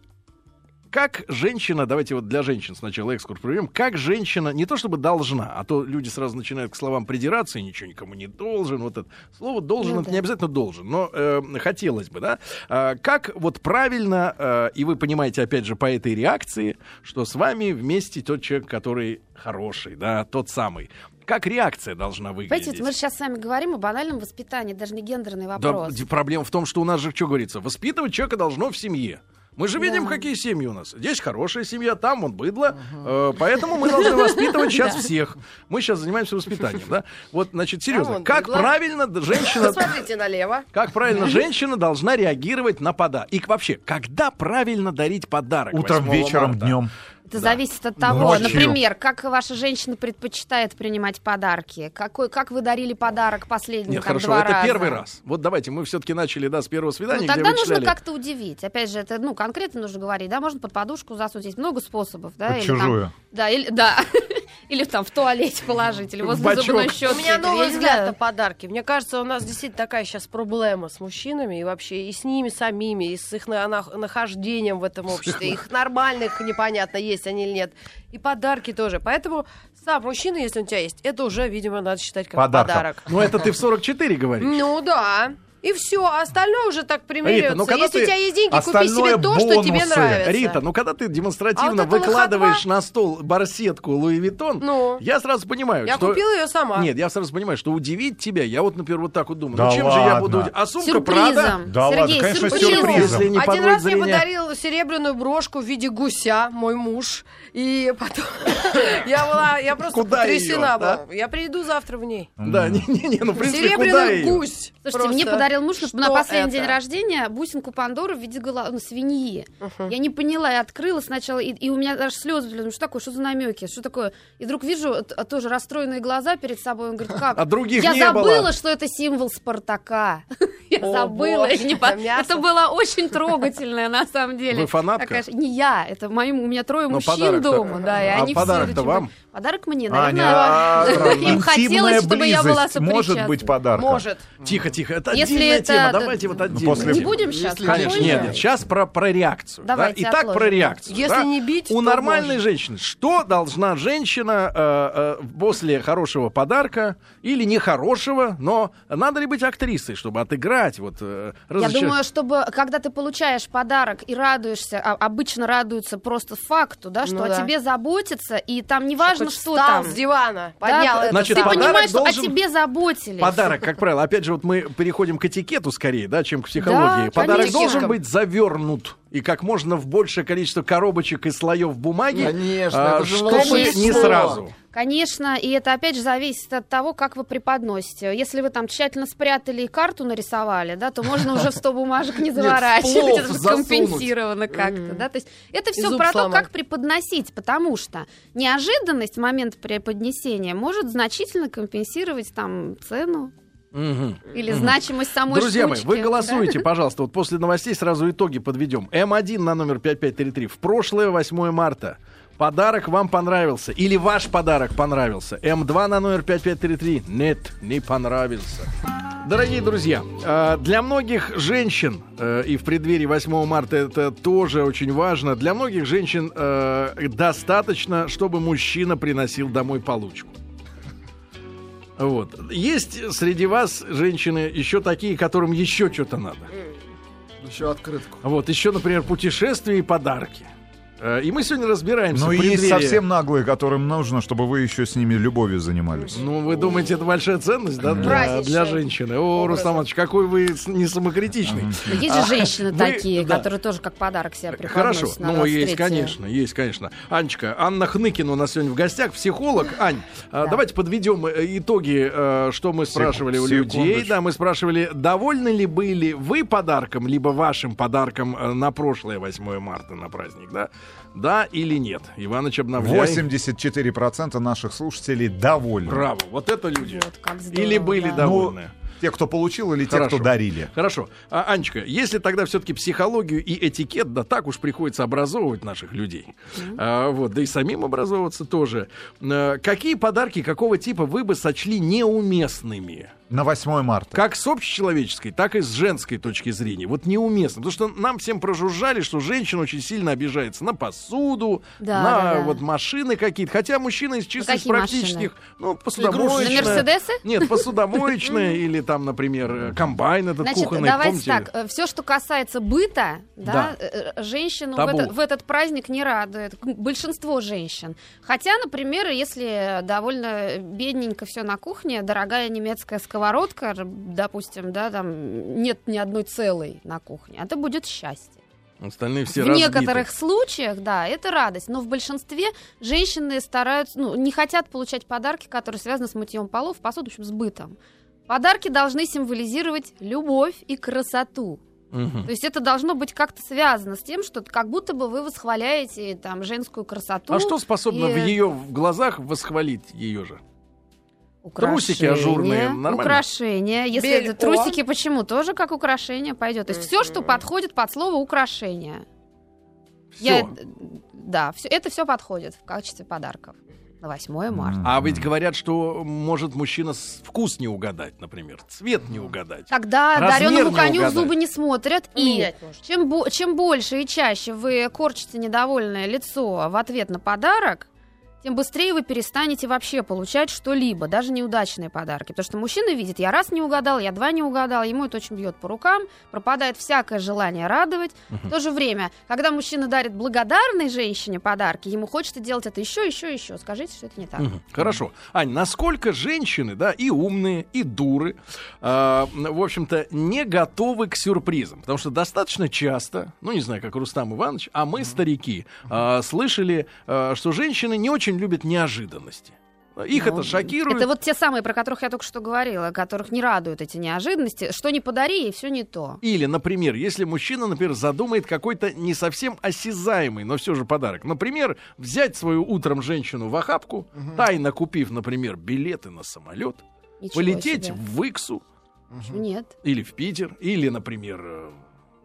A: как женщина, давайте вот для женщин сначала экскурс проведем, как женщина, не то чтобы должна, а то люди сразу начинают к словам придираться, и ничего никому не должен, вот это слово должен,
D: Ну
A: это
D: да.
A: не обязательно должен, но э, хотелось бы, да, А, как вот правильно, э, и вы понимаете, опять же, по этой реакции, что с вами вместе тот человек, который хороший, да, тот самый, как реакция должна выглядеть?
D: Понимаете, вот мы же сейчас с вами говорим о банальном воспитании, даже не гендерный
A: Да,
D: вопрос.
A: д- проблема в том, что у нас же, что говорится, воспитывать человека должно в семье. Мы же видим,
D: Да.
A: какие семьи у нас. Здесь хорошая семья, там он быдло. Э, поэтому мы
D: [laughs]
A: должны воспитывать сейчас всех. Мы сейчас занимаемся воспитанием, да? Вот, значит, серьезно,
C: он
A: как
C: быдло.
A: правильно д- женщина...
C: Посмотрите налево.
A: Как правильно женщина должна реагировать на подарок? И вообще, когда правильно дарить подарок?
B: Утром,
A: 8
B: вечером,
A: марта?
B: днем.
D: Это зависит от того,
B: Ночью.
D: например, как ваша женщина предпочитает принимать подарки, какой, как вы дарили подарок последний,
A: Нет,
D: Ну, там,
A: хорошо,
D: два
A: это
D: раза.
A: первый раз. Вот давайте, мы все-таки начали, да, с первого свидания,
D: Ну,
A: где
D: тогда
A: вы
D: нужно
A: читали-
D: как-то удивить. Опять же, это ну конкретно нужно говорить, да, можно под подушку засунуть. Есть много способов, да.
B: Под
D: или там-
B: чужую.
D: да, или да. [laughs] Или там в туалете положить, или возле
A: бачок.
D: зубной щетки.
C: У меня новый
D: Я не
C: взгляд
D: знаю.
C: на подарки. Мне кажется, у нас действительно такая сейчас проблема с мужчинами и вообще и с ними самими, и с их на- нах- нахождением в этом обществе. Их нормальных непонятно, есть они или нет. И подарки тоже. Поэтому сам мужчина, если он у тебя есть, это уже, видимо, надо считать как
B: Подарком.
C: подарок.
A: Ну, это ты в 44 говоришь.
C: Ну да. И все, а остальное уже так примеривается.
A: ну, когда
C: Если
A: ты-
C: у тебя есть деньги, купи
B: Остальное
C: себе то, что тебе
B: бонусы.
C: нравится.
A: Рита, ну когда ты демонстративно
C: А вот это
A: выкладываешь на стол барсетку Луи Виттон,
C: Ну.
A: я сразу понимаю,
C: я
A: что...
C: купила ее сама.
A: Нет, я сразу понимаю, что удивить тебя, я вот, например, вот так вот думаю.
B: Да
A: ну чем же я буду...
B: ладно.
A: уди- А сумка Прада?
D: Сюрпризом.
B: Да ладно,
D: Сергей,
B: конечно,
D: сюрпризом.
B: сюрпризом.
A: Если не
C: Один
A: подводит
C: раз мне
A: зрение.
C: подарил серебряную брошку в виде гуся мой муж. И потом [laughs] я была, я просто
A: Куда
C: потрясена
A: её, да?
C: была. Я приду завтра в ней.
A: Да, не-не-не, ну, в принципе, куда
C: Серебряный
A: ее?
C: гусь.
D: Слушайте,
C: Просто.
D: мне подарил подарил муж на-
C: Что
D: на последний
C: это?
D: день рождения бусинку Пандоры в виде гола- ну, свиньи.
C: Мгм.
D: Я не поняла, я открыла сначала, и, и у меня даже слезы, блин, что такое, что за намеки, что такое. И вдруг вижу т- тоже расстроенные глаза перед собой, он говорит,
B: [laughs]
D: как?
A: А других
D: Я
A: не
D: забыла,
A: было.
D: что это символ Спартака. [laughs] Я
C: О,
D: забыла.
C: боже,
D: я не по-
C: это мясо.
D: Это было очень трогательное, на самом деле.
A: Вы фанатка?
D: Такая же- Не я, это моим, у меня трое
A: Но
D: мужчин
A: подарок-то-
D: дома, да, и
A: а
D: они все
A: подарок-то
D: очень-
A: вам?
D: Подарок мне,
B: а,
D: наверное, [laughs] им
B: странно.
D: хотелось, чтобы я была
B: Интимная близость может быть подарком.
C: Может.
A: Тихо, тихо. Это
D: Если
A: отдельная
D: это-
A: тема. Давайте вот отдельно.
B: Ну, после-
D: Не будем сейчас.
E: Если-
A: Конечно,
E: Ой,
A: нет,
E: да.
A: нет. Сейчас про, про реакцию. да.
D: Давайте
A: Итак, про
D: отложим.
A: реакцию.
C: Если
A: да.
C: не бить,
A: У
C: то
A: нормальной
C: можно.
A: женщины что должна женщина э, э, после хорошего подарка или нехорошего, но надо ли быть актрисой, чтобы отыграть вот э,
D: Я
A: разочар-
D: думаю, чтобы когда ты получаешь подарок и радуешься, а обычно радуются просто факту, да, что
C: Ну
D: о
C: да.
D: тебе заботятся, и там неважно,
C: Хоть
D: что
C: встал
D: там.
C: с дивана,
D: Да,
C: поднял
D: ты-
C: это
A: Значит,
D: ты
C: сам.
A: подарок
D: понимаешь, что о
A: должен-
D: тебе заботились.
A: Подарок, как правило, опять же, вот мы переходим к этикету скорее, да, чем к психологии.
D: Да,
A: Подарок
D: конечно.
A: должен быть завернут и как можно в большее количество коробочек и слоев бумаги,
E: Конечно,
A: а,
E: это же
A: чтобы не
E: волшебство.
A: сразу.
D: Конечно, и это опять же зависит от того, как вы преподносите. Если вы там тщательно спрятали и карту нарисовали, да, то можно уже в 100 бумажек не заворачивать.
E: плов
D: Это же
E: засунуть.
D: компенсировано как-то, да. То есть это
C: И
D: все
C: зуб
D: про то,
C: сломать.
D: как преподносить, потому что неожиданность в момент преподнесения может значительно компенсировать там цену
A: Мгм.
D: или значимость самой
A: Друзья мои,
D: штучки.
A: вы голосуете, пожалуйста. Вот после новостей сразу итоги подведем. М1 на номер 5533. В прошлое 8 марта. Подарок вам понравился. Или ваш подарок понравился. М2 на номер 5533. Нет, не понравился. Дорогие друзья, э, для многих женщин, э, и в преддверии 8 марта это тоже очень важно, для многих женщин э, достаточно, чтобы мужчина приносил домой получку. Вот. Есть среди вас женщины еще такие, которым еще что-то надо.
E: Еще открытку.
A: Вот, еще, например, путешествия и подарки. Э, И мы сегодня разбираемся
B: Ну
A: в
B: и есть
A: преддверии.
B: совсем наглые, которым нужно, чтобы вы еще с ними любовью занимались.
A: Ну, вы думаете, это большая ценность, да, для,
C: Праздничный
A: для женщины? О,
C: образ.
A: Рустам Иванович, какой вы с- не самокритичный.
D: Но Есть же женщины
A: А, вы-
D: такие,
A: да.
D: которые тоже как подарок себе преподносят.
A: Хорошо,
D: на
A: ну есть,
D: 23-е.
A: конечно, есть, конечно. Анечка, Анна Хныкина у нас сегодня в гостях, психолог. Ань, а,
D: Да.
A: давайте подведем э, итоги, э, что мы спрашивали у
B: секундочку.
A: людей. Да, мы спрашивали, довольны ли были вы подарком, либо вашим подарком э, на прошлое 8 марта на праздник, да? Да или нет? Иваныч обновляй.
B: 84% наших слушателей довольны. Ну,
A: Браво, вот это люди.
D: Вот как здорово,
A: Или были
D: да.
A: довольны.
B: Те, кто получил, или те,
A: Хорошо.
B: кто дарили.
A: Хорошо. А, Анечка, если тогда все-таки психологию и этикет, да так уж приходится образовывать наших людей. А, вот, да и самим образовываться тоже. Э, какие подарки какого типа вы бы сочли неуместными?
B: На 8 марта.
A: Как с общечеловеческой, так и с женской точки зрения. Вот неуместно. Потому что нам всем прожужжали, что женщина очень сильно обижается на посуду, на
D: Да, да, да.
A: вот машины какие-то. Хотя мужчина из чисто из
D: какие
A: практических, ну,
D: На
A: посудомоечная.
D: Мерседесы?
A: Нет,
D: [laughs]
A: посудомоечная или там, например, э, комбайн этот
D: Значит,
A: кухонный,
D: давайте
A: помните?
D: так, все, что касается быта, да, э, э, женщину в
A: Табу.
D: этот, в этот праздник не радует. К- Большинство женщин. Хотя, например, если довольно бедненько все на кухне, дорогая немецкая сковородка, р- допустим, да, там нет ни одной целой на кухне, это будет счастье.
A: Остальные все
D: в
A: разбиты.
D: некоторых случаях, да, это радость, но в большинстве женщины стараются, ну, не хотят получать подарки, которые связаны с мытьем полов, посуду, в общем, с бытом. Подарки должны символизировать любовь и красоту.
A: Мгм.
D: То есть это должно быть как-то связано с тем, что как будто бы вы восхваляете там женскую красоту.
A: А что способно в
D: и-
A: ее в глазах восхвалить ее же? трусики
D: Украшения,
A: ажурные, нормально?
D: Украшения. Если это
C: Бельон.
D: трусики, почему? Тоже как украшение пойдет. То есть все, что
C: Мгм.
D: подходит под слово украшение.
A: Все.
D: Я, э, да, все, это все подходит в качестве подарков на 8 марта.
A: А ведь говорят, что может мужчина с- вкус не угадать, например, цвет не угадать.
D: Тогда
A: Размер
D: дареному
A: не
D: коню в
A: угадать.
D: зубы не смотрят. И
C: Менять может.
D: чем, бо- чем больше и чаще вы корчите недовольное лицо в ответ на подарок, тем быстрее вы перестанете вообще получать что-либо, даже неудачные подарки. Потому что мужчина видит, я раз не угадал, я два не угадал, ему это очень бьет по рукам, пропадает всякое желание радовать. В то же время, когда мужчина дарит благодарной женщине подарки, ему хочется делать это еще, еще, еще. Скажите, что это не так.
A: Мгм. Хорошо. Ань, насколько женщины, да, и умные, и дуры, а, в общем-то, не готовы к сюрпризам? Потому что достаточно часто, ну, не знаю, как Рустам Иванович, а мы, старики, а, слышали, а, что женщины не очень любят неожиданности. Их
D: Ну,
A: это шокирует.
D: Это вот те самые, про которых я только что говорила, которых не радуют эти неожиданности. Что не подари, и все не то.
A: Или, например, если мужчина, например, задумает какой-то не совсем осязаемый, но все же подарок. Например, взять свою утром женщину в охапку, тайно купив, например, билеты на самолет,
D: Ничего
A: полететь
D: себе.
A: в Иксу
D: Нет.
A: или в Питер, или, например, э,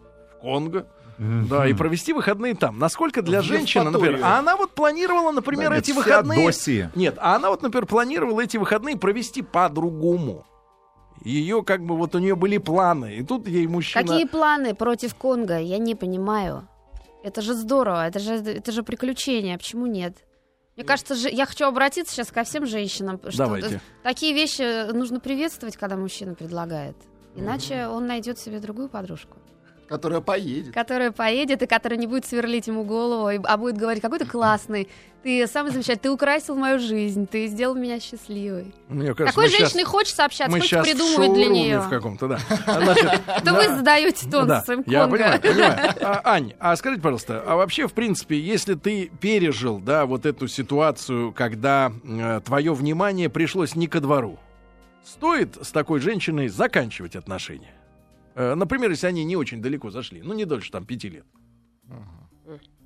A: в Конго. Да, и провести выходные там. Насколько для
E: В
A: женщины, например,
E: Евпаторию.
A: а она вот планировала, например,
B: Да, нет,
A: эти
B: в
A: выходные...
B: Феодосии.
A: Нет, а она вот, например, планировала эти выходные провести по-другому. Ее как бы вот у нее были планы, и тут ей мужчина...
D: Какие планы против Конго? Я не понимаю. Это же здорово, это же, это же приключение, почему нет? Мне кажется, же, я хочу обратиться сейчас ко всем женщинам. что
A: Э. Давайте.
D: Такие вещи нужно приветствовать, когда мужчина предлагает. Иначе он найдет себе другую подружку,
E: которая поедет.
D: которая поедет и которая не будет сверлить ему голову, и- а будет говорить, какой ты классный, ты самый замечательный, ты украсил мою жизнь, ты сделал меня счастливой.
A: Мне кажется,
D: Такой
A: мы щас-
D: женщине хочется общаться,
A: мы
D: хочется
A: сейчас
D: придумывать а для нее.
A: в каком-то, да. Значит,
D: Это вы задаете тон
A: да,
D: своим
A: я
D: Конго.
A: понимаю, понимаю. А, Ань, а скажите, пожалуйста, а вообще, в принципе, если ты пережил, да, вот эту ситуацию, когда твое внимание пришлось не ко двору, стоит с такой женщиной заканчивать отношения? Э, Например, если они не очень далеко зашли, ну не дольше там пяти лет.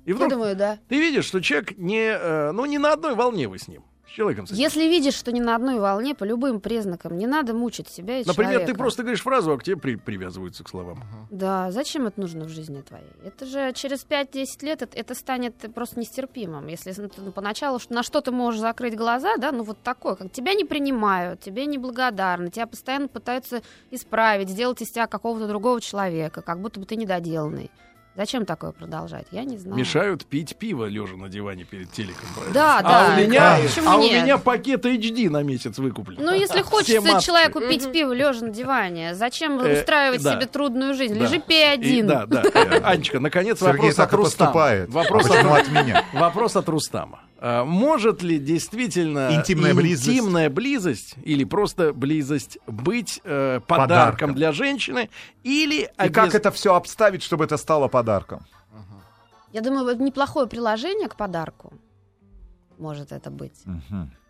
A: И
D: Я
A: вдруг
D: думаю, Ну, да.
A: ты видишь, что человек не, э, ну не на одной волне вы с ним, с человеком. С этим.
D: Если видишь, что не на одной волне, по любым признакам, не надо мучить себя и
A: Например, ты
D: человека.
A: просто говоришь фразу, а к тебе при- привязываются к словам.
D: Да, зачем это нужно в жизни твоей? Это же через 5-10 лет это, это станет просто нестерпимым. Если с- ну, поначалу ш- на что ты можешь закрыть глаза, да, ну вот такое, как тебя не принимают, тебе неблагодарны, тебя постоянно пытаются исправить, сделать из тебя какого-то другого человека, как будто бы ты недоделанный. Зачем такое продолжать? Я не знаю.
A: Мешают пить пиво, лежа на диване перед телеком. правильно?
D: Да,
A: а
D: да.
A: у меня,
D: почему
A: а у
D: нет?
A: меня пакет HD на месяц выкуплен.
D: Ну, если
A: Все
D: хочется
A: матчи.
D: человеку пить пиво, лежа на диване, зачем
A: Э,
D: устраивать
A: да.
D: себе трудную жизнь?
A: Да.
D: Лежи пей
A: И-
D: один.
A: да, да.
D: [laughs]
A: Э, Анечка, наконец
B: Сергей
A: вопрос от
B: так и
A: Рустама.
B: поступает.
A: Вопрос
B: А почему
A: от,
B: от меня?
A: вопрос от Рустама. А, Может ли действительно
B: Интимная близость.
A: интимная близость или просто близость быть э, подарком,
B: Подарком.
A: для женщины или
B: И как
A: обяз-
B: это все обставить, чтобы это стало подарком?
D: Я думаю, это неплохое приложение к подарку. Может это быть.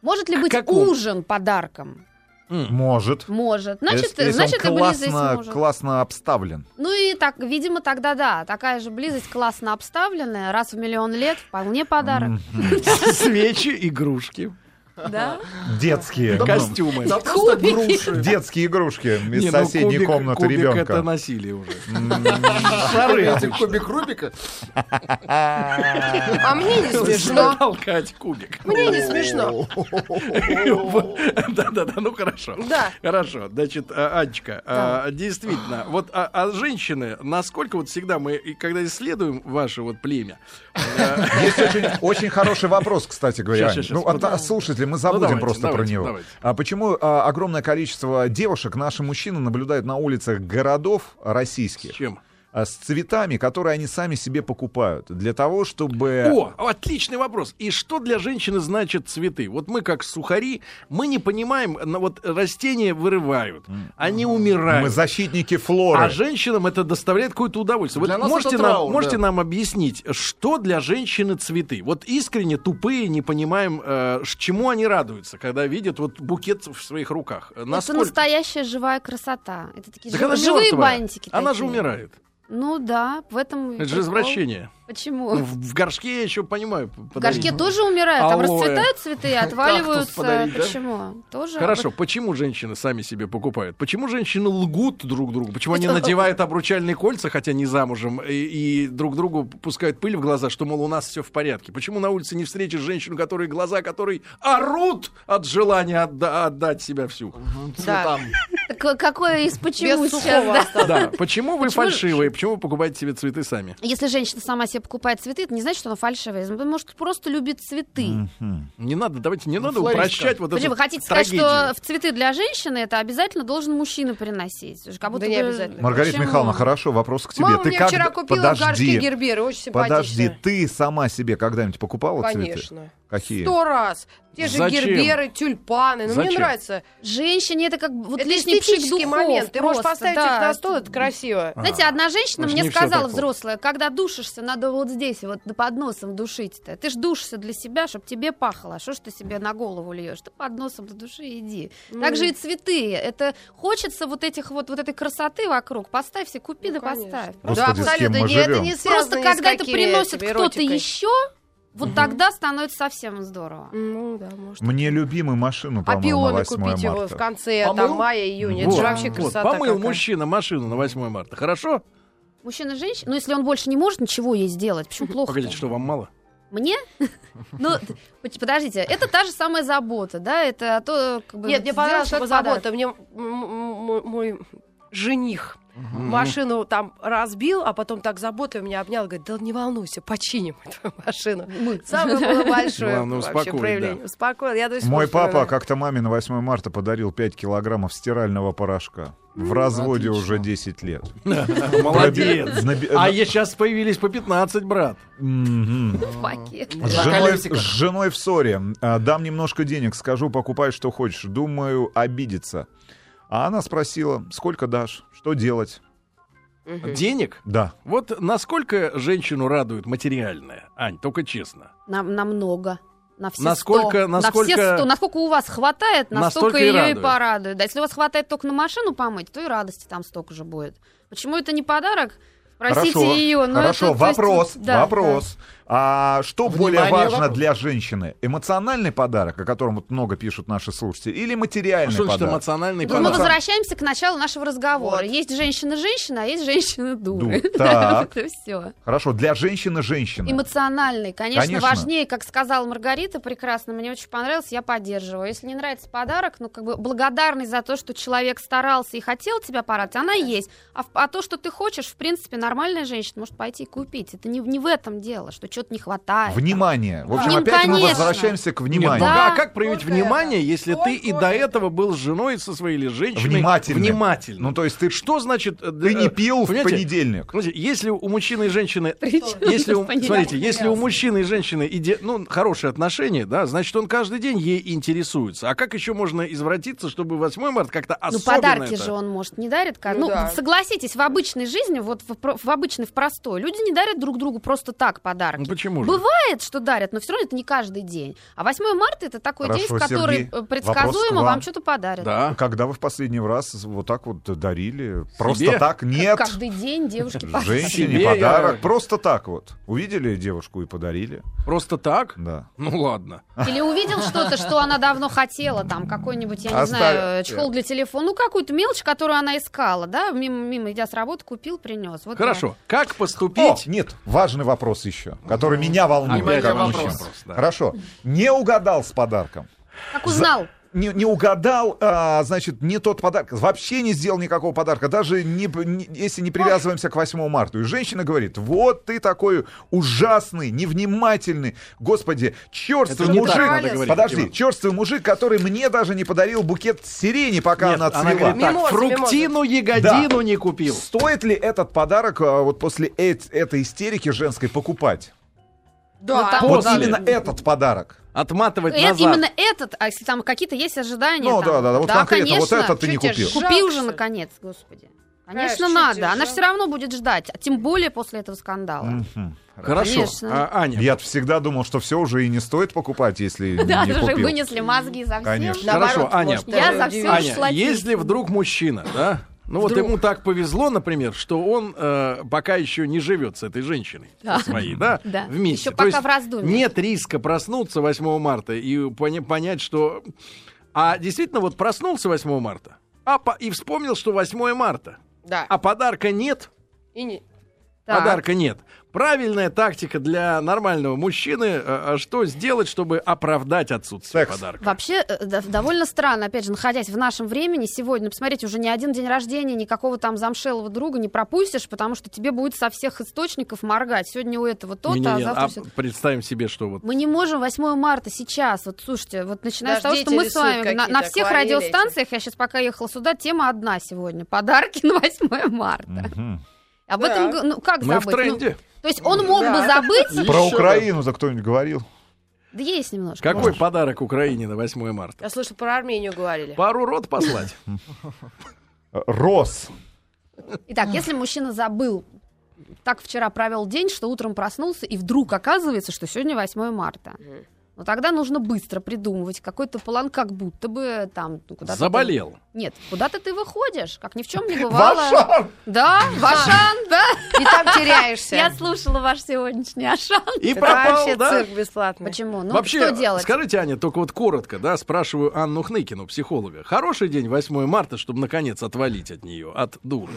D: Может
A: А
D: ли быть
A: какому?
D: ужин подарком?
A: М.
B: Может.
D: Может. Значит,
B: Если- если
D: значит
B: он
D: и близость
B: классно,
D: может.
B: классно обставлен.
D: Ну и так, видимо, тогда да, такая же близость классно обставленная, раз в миллион лет, вполне подарок.
A: [laughs] Свечи, игрушки,
B: [laughs]
C: Да?
B: Детские. ну,
A: костюмы.
E: Да просто груши.
B: Детские игрушки
A: ну, Не,
B: из
A: ну,
B: соседней
A: кубик-
B: комнаты
A: кубик
B: ребенка.
A: это насилие уже.
E: Шары эти кубик Рубика.
C: А мне не смешно.
B: ну,
A: Толкать кубик.
C: Мне не смешно.
A: [laughs] Да-да-да, ну хорошо.
C: Да.
A: Хорошо. Значит, а, Анечка, а, действительно, вот а- а женщины, насколько вот всегда мы, и когда исследуем ваше вот племя,
B: Есть очень, очень хороший вопрос, кстати говоря.
A: Щас, щас,
B: Аня.
A: щас.
B: ну, от- а, слушайте, мы забудем
A: давайте,
B: просто про
A: давайте,
B: него.
A: давайте.
B: А почему а, огромное количество девушек наши мужчины наблюдают на улицах городов
A: с
B: российских
A: чем?
B: а, с цветами, которые они сами себе покупают для того, чтобы
A: О, отличный вопрос. И что для женщины значат цветы? Вот мы как сухари, мы не понимаем, но вот растения вырывают, они
B: мы
A: умирают.
B: защитники флоры.
A: А женщинам это доставляет какое-то удовольствие.
E: Для
A: вот
E: нас
A: можете,
E: это
A: нам,
E: траур,
A: можете
E: да.
A: нам объяснить, что для женщины цветы? Вот искренне тупые не понимаем, э, ш- чему они радуются, когда видят вот букет в своих руках. Э,
D: Это
A: Насколько...
D: настоящая живая красота. Это такие
A: Так
D: жи-
A: она
D: живые
A: мёртвая.
D: бантики.
A: Она
D: такие.
A: же умирает.
D: Ну да, в этом и
A: Это же
D: прикол.
A: извращение.
D: Почему?
A: Ну, В, в горшке я еще понимаю. п-
D: В
A: подарить.
D: горшке тоже умирают, там
A: Алоэ.
D: расцветают цветы, отваливаются.
E: подарить, да?
D: Почему? Тоже.
A: Хорошо, почему женщины сами себе покупают? Почему женщины лгут друг другу? Почему они надевают обручальные кольца, хотя не замужем, и, и друг другу пускают пыль в глаза, что, мол, у нас все в порядке? Почему на улице не встретишь женщину, которые глаза, которые орут от желания отда- отдать себя всю?
E: Да.
D: Так, какое из почему
C: Без
D: сейчас,
C: сухого
D: да?
C: осталось.
A: Да, почему вы
D: Почему ж-
A: фальшивые? Почему вы покупаете себе цветы сами?
D: Если женщина сама себе покупает цветы, это не значит, что она фальшивая. Она, Может, просто любит цветы.
B: Мгм.
A: Не надо, давайте, не надо
E: флористка.
A: упрощать вот
D: Подожди,
A: эту
D: вы хотите
A: трагедию.
D: сказать, что в цветы для женщины это обязательно должен мужчина приносить? Как будто
C: Да не
D: бы-
C: обязательно.
B: Маргарита
D: Почему?
B: Михайловна, хорошо, вопрос к тебе.
C: Мама
B: Ты
C: мне
B: как-
C: вчера купила горшки
B: Подожди,
C: герберы, очень симпатично.
B: подожди, ты сама себе когда-нибудь покупала цветы?
C: Конечно.
B: Какие?
C: Сто раз. Те же
A: Зачем?
C: герберы, тюльпаны. Ну, мне
A: Зачем?
C: нравится.
D: Женщине это как бы вот
C: это
D: лишний пшик
C: эстетический
D: духов.
C: момент. Ты можешь
D: просто,
C: поставить
D: да.
C: их на стол, это красиво.
D: Знаете, одна женщина
A: А. Значит,
D: мне
A: не всё
D: сказала,
A: так плохо.
D: взрослая, когда душишься, надо вот здесь, вот да под носом душить-то. Ты ж душишься для себя, чтобы тебе пахло. А что ж ты себе на голову льешь? Ты под носом до души иди. Так
C: Ну,
D: же и цветы. Это хочется вот этих вот, вот этой красоты вокруг. Поставь себе, купи да
C: Ну, конечно.
D: поставь.
B: Господи, с кем мы
C: не- это
B: живем?
C: не связано
D: Просто
C: ни с
D: когда это
C: какими
D: приносит
C: этими
D: кто-то
C: эротикой.
D: еще, вот тогда становится совсем здорово.
C: Ну, да, может.
B: Мне любимую машину,
C: А
B: по-моему, на
C: пионы
B: 8
C: купить его в
B: марта.
C: конце,
A: Помыл?
C: там, мая, июня. Это
A: Вот,
C: же вообще
A: вот,
C: красота
A: Помыл
C: какая.
A: мужчина машину на 8 марта. Хорошо?
D: Мужчина, женщина, ну если он больше не может ничего ей сделать, почему плохо?
A: Погодите, что вам мало?
D: Мне? [laughs] Ну, под- подождите, это та же самая забота, да? Это а то, как бы...
C: Нет, мне
D: сделать
C: понравилась его
D: человеку
C: забота.
D: подарок.
C: Мне м- м- м- мой жених машину там разбил, а потом так заботливо меня обнял, говорит, да не волнуйся, починим [laughs] эту машину.
D: Мы.
C: Самое
B: [laughs]
C: было большое
A: Главное,
C: вообще
A: успокоить,
C: проявление.
A: да.
C: Успокоил, я до сих
B: Мой
C: пор
B: папа
C: вспоминаю.
B: как-то маме на 8 марта подарил 5 килограммов стирального порошка. В разводе
E: отлично.
B: уже 10 лет.
A: Молодец.
B: Наби-
A: А я сейчас появились по 15, брат.
B: Мгм.
D: Пакет.
B: С
E: На
B: женой,
E: колесиках.
B: с женой в ссоре. А, Дам немножко денег, скажу, покупай, что хочешь. Думаю, обидится. А она спросила, сколько дашь, что делать?
A: Денег?
B: Да.
A: Вот насколько женщину радует материальное, Ань, только честно. А
D: Нам намного. На все
A: Насколько-
D: 100.
A: насколько-
D: На все 100. Насколько у вас хватает,
A: Настолько
D: настолько
A: и
D: ее и
A: радует.
D: порадует. Да, если у вас хватает только на машину помыть, то и радости там столько же будет. Почему это не подарок? Просите
B: Хорошо.
D: ее. но
B: Хорошо.
D: ну, это, то есть,
B: вопрос.
D: да,
B: вопрос. А что
E: Внимание,
B: более важно
E: вопрос.
B: для женщины? Эмоциональный подарок, о котором вот много пишут наши слушатели, или
A: А
B: материальный
A: Что значит
B: подарок?
A: эмоциональный
D: да. Ну, Мы
A: подарок?
D: возвращаемся к началу нашего разговора.
C: Вот.
D: Есть женщина-женщина, а есть женщина-дура.
B: Дура. Так.
D: [laughs] Это все.
B: Хорошо. Для женщины женщина.
D: Эмоциональный, конечно,
B: Конечно.
D: важнее, как сказала Маргарита, прекрасно, мне очень понравилось, я поддерживаю. Если не нравится подарок, ну, как бы благодарность за то, что человек старался и хотел тебя порадовать, она есть. А, в- а то, что ты хочешь, в принципе, нормальная женщина может пойти и купить. Это не, не в этом дело, что чего-то не хватает.
B: Внимание. В общем,
D: Им,
B: опять мы
D: ну, конечно.
B: возвращаемся к
A: Нет, ну
B: вниманию.
D: Да.
A: а как проявить
C: Вот
A: внимание,
C: это.
A: если ты и
C: Вот
A: до
C: это.
A: этого был женой со своей или женщиной?
B: Внимательным.
A: Внимательным.
B: Ну, то есть ты,
A: Что значит... э,
B: ты не
A: э,
B: пил в
A: понимаете,
B: понедельник.
A: Смотрите, если у мужчины и женщины...
D: [laughs] Причём
A: Если
D: [laughs]
A: у,
D: тут понятно.
A: смотрите, если у мужчины и женщины иде, ну, хорошие отношения, да, значит, он каждый день ей интересуется. А как еще можно извратиться, чтобы 8 марта как-то
D: Ну,
A: особенно
D: подарки
A: это-
D: же он, может, не дарит. ка-
C: Ну
D: Ну,
C: да.
D: согласитесь, в обычной жизни, вот в, про- в обычной, в простой, люди не дарят друг другу просто так подарки.
A: Ну, почему же?
D: Бывает, что дарят, но все равно это не каждый день. А 8 марта это такой день,
B: Хорошо,
D: в который
B: Сергей,
D: э,
B: вопрос к
D: предсказуемо
B: вам.
D: вам. что-то подарят.
A: Да.
B: Когда вы в последний раз вот так вот дарили? Просто
A: А. Себе?
B: так? Нет.
D: Каждый день девушки
B: Женщине
A: Себе я-
B: подарок. Просто так вот. Увидели девушку и подарили.
A: Просто так?
B: Да.
A: Ну, ладно.
D: Или увидел что-то, что она давно хотела, там какой-нибудь, я не
B: Оставь-
D: знаю, э, чехол для телефона, ну какую-то мелочь, которую она искала, да, мимо, мимо идя с работы, купил, принес. Вот
A: Хорошо. Как
B: О,
A: поступить?
B: нет, важный вопрос еще, который меня волнует.
E: Опять
B: как
E: вопрос.
B: мужчину.
A: Ну, а, Вопрос, да.
B: Хорошо. Не угадал с подарком.
D: я. Как узнал?
B: Не, не угадал, а, значит, не тот подарок. Вообще не сделал никакого подарка. Даже не, не- если не привязываемся к 8 марта. И женщина говорит, вот ты такой ужасный, невнимательный. Господи, черствый
A: Это не
B: мужик.
A: так надо говорить,
B: Подожди,
A: Иван.
B: черствый мужик, который мне даже не подарил букет сирени, пока
A: Нет,
B: она цвела.
A: говорит так,
C: Мимоза,
A: фруктину, ягодину не купил.
B: Стоит ли этот подарок а, вот после эт- этой истерики женской покупать?
C: Да,
D: Ну, там-
B: вот
A: После.
B: именно этот подарок.
A: Отматывать
D: Э,
A: назад.
D: именно этот, а если там какие-то есть ожидания.
B: Ну
D: там,
B: да, да, да, вот конкретно, вот
D: конечно,
B: этот ты не
C: чуть я
B: купил.
C: ж-
D: Купи
C: Жалко
D: уже,
C: же.
D: наконец, господи. Конечно,
C: Эх, чуть
D: надо.
C: тебя
D: Она
C: жалко.
D: все равно будет ждать. А тем более после этого скандала.
B: Мгм.
A: Хорошо.
D: Конечно.
A: А, Аня,
B: Я всегда думал, что все уже и не стоит
A: [laughs]
B: покупать, если
D: [laughs] Да,
B: не
D: уже
B: купил.
D: вынесли мозги совсем.
B: Конечно.
A: Хорошо,
C: наоборот,
A: Аня.
C: может,
D: Я
C: э,
D: за всё
C: удивить.
A: Аня,
D: шла
A: если
D: песня.
A: вдруг мужчина, да, ну вот
C: Вдруг.
A: ему так повезло, например, что он э, пока еще не живет с этой женщиной
D: Да.
A: со своей, да,
D: [laughs] Да.
A: вместе.
D: Еще
A: То
D: пока
A: есть
D: в раздумье.
A: Нет риска проснуться 8 марта и поня- понять, что... А действительно, вот проснулся 8 марта а по- и вспомнил, что 8 марта,
C: Да.
A: а подарка нет,
C: И не-
D: Так.
A: подарка нет. Правильная тактика для нормального мужчины, э, э, что сделать, чтобы оправдать отсутствие
B: Секс.
A: подарка?
D: Вообще, э, да- довольно странно, опять же, находясь в нашем времени сегодня, Ну, посмотрите, уже ни один день рождения, никакого там замшелого друга не пропустишь, потому что тебе будет со всех источников моргать. Сегодня у этого то-то, а
A: Не-не-не,
D: завтра Ну,
A: а
D: все.
A: представим себе, что вот
D: Мы не можем 8 марта сейчас, вот слушайте, вот начиная
C: Даже
D: с того, что
C: дети
D: мы с
C: рисуют
D: вами на, на
C: какие-то
D: всех
C: акварели
D: радиостанциях, я сейчас пока ехала сюда, тема одна сегодня, подарки на 8 марта.
B: Мгм.
D: Об
C: Да.
D: этом, г- ну как
A: мы в
D: забыть? Ну,
A: тренде.
D: то есть он мог бы
C: Да.
D: забыть,
B: Про
A: Ещё
B: Украину-то кто-нибудь говорил?
D: Да есть немножко.
A: Какой
D: может.
A: подарок Украине на 8 марта?
C: Я слышал, про Армению говорили.
A: Пару рот послать.
B: Э, Рос.
D: Итак, если мужчина забыл, так вчера провел день, что утром проснулся, и вдруг оказывается, что сегодня 8 марта.
C: Мгм.
D: Но тогда нужно быстро придумывать какой-то план, как будто бы там ну, [laughs] куда-то. ты-
A: Заболел.
D: Нет, куда-то ты выходишь, как ни в чем не бывало.
B: Ваша!
D: Да, Вашан, да.
C: И там теряешься.
D: Я слушала ваш сегодняшний Ашан.
A: И
C: Это
A: пропал,
C: вообще
A: да?
C: цирк бесплатный.
D: Почему? Ну,
A: Вообще,
D: что делать?
A: скажите, Аня, только вот коротко, да, спрашиваю Анну Хныкину, психолога. Хороший день 8 марта, чтобы, наконец, отвалить от нее, от дуры.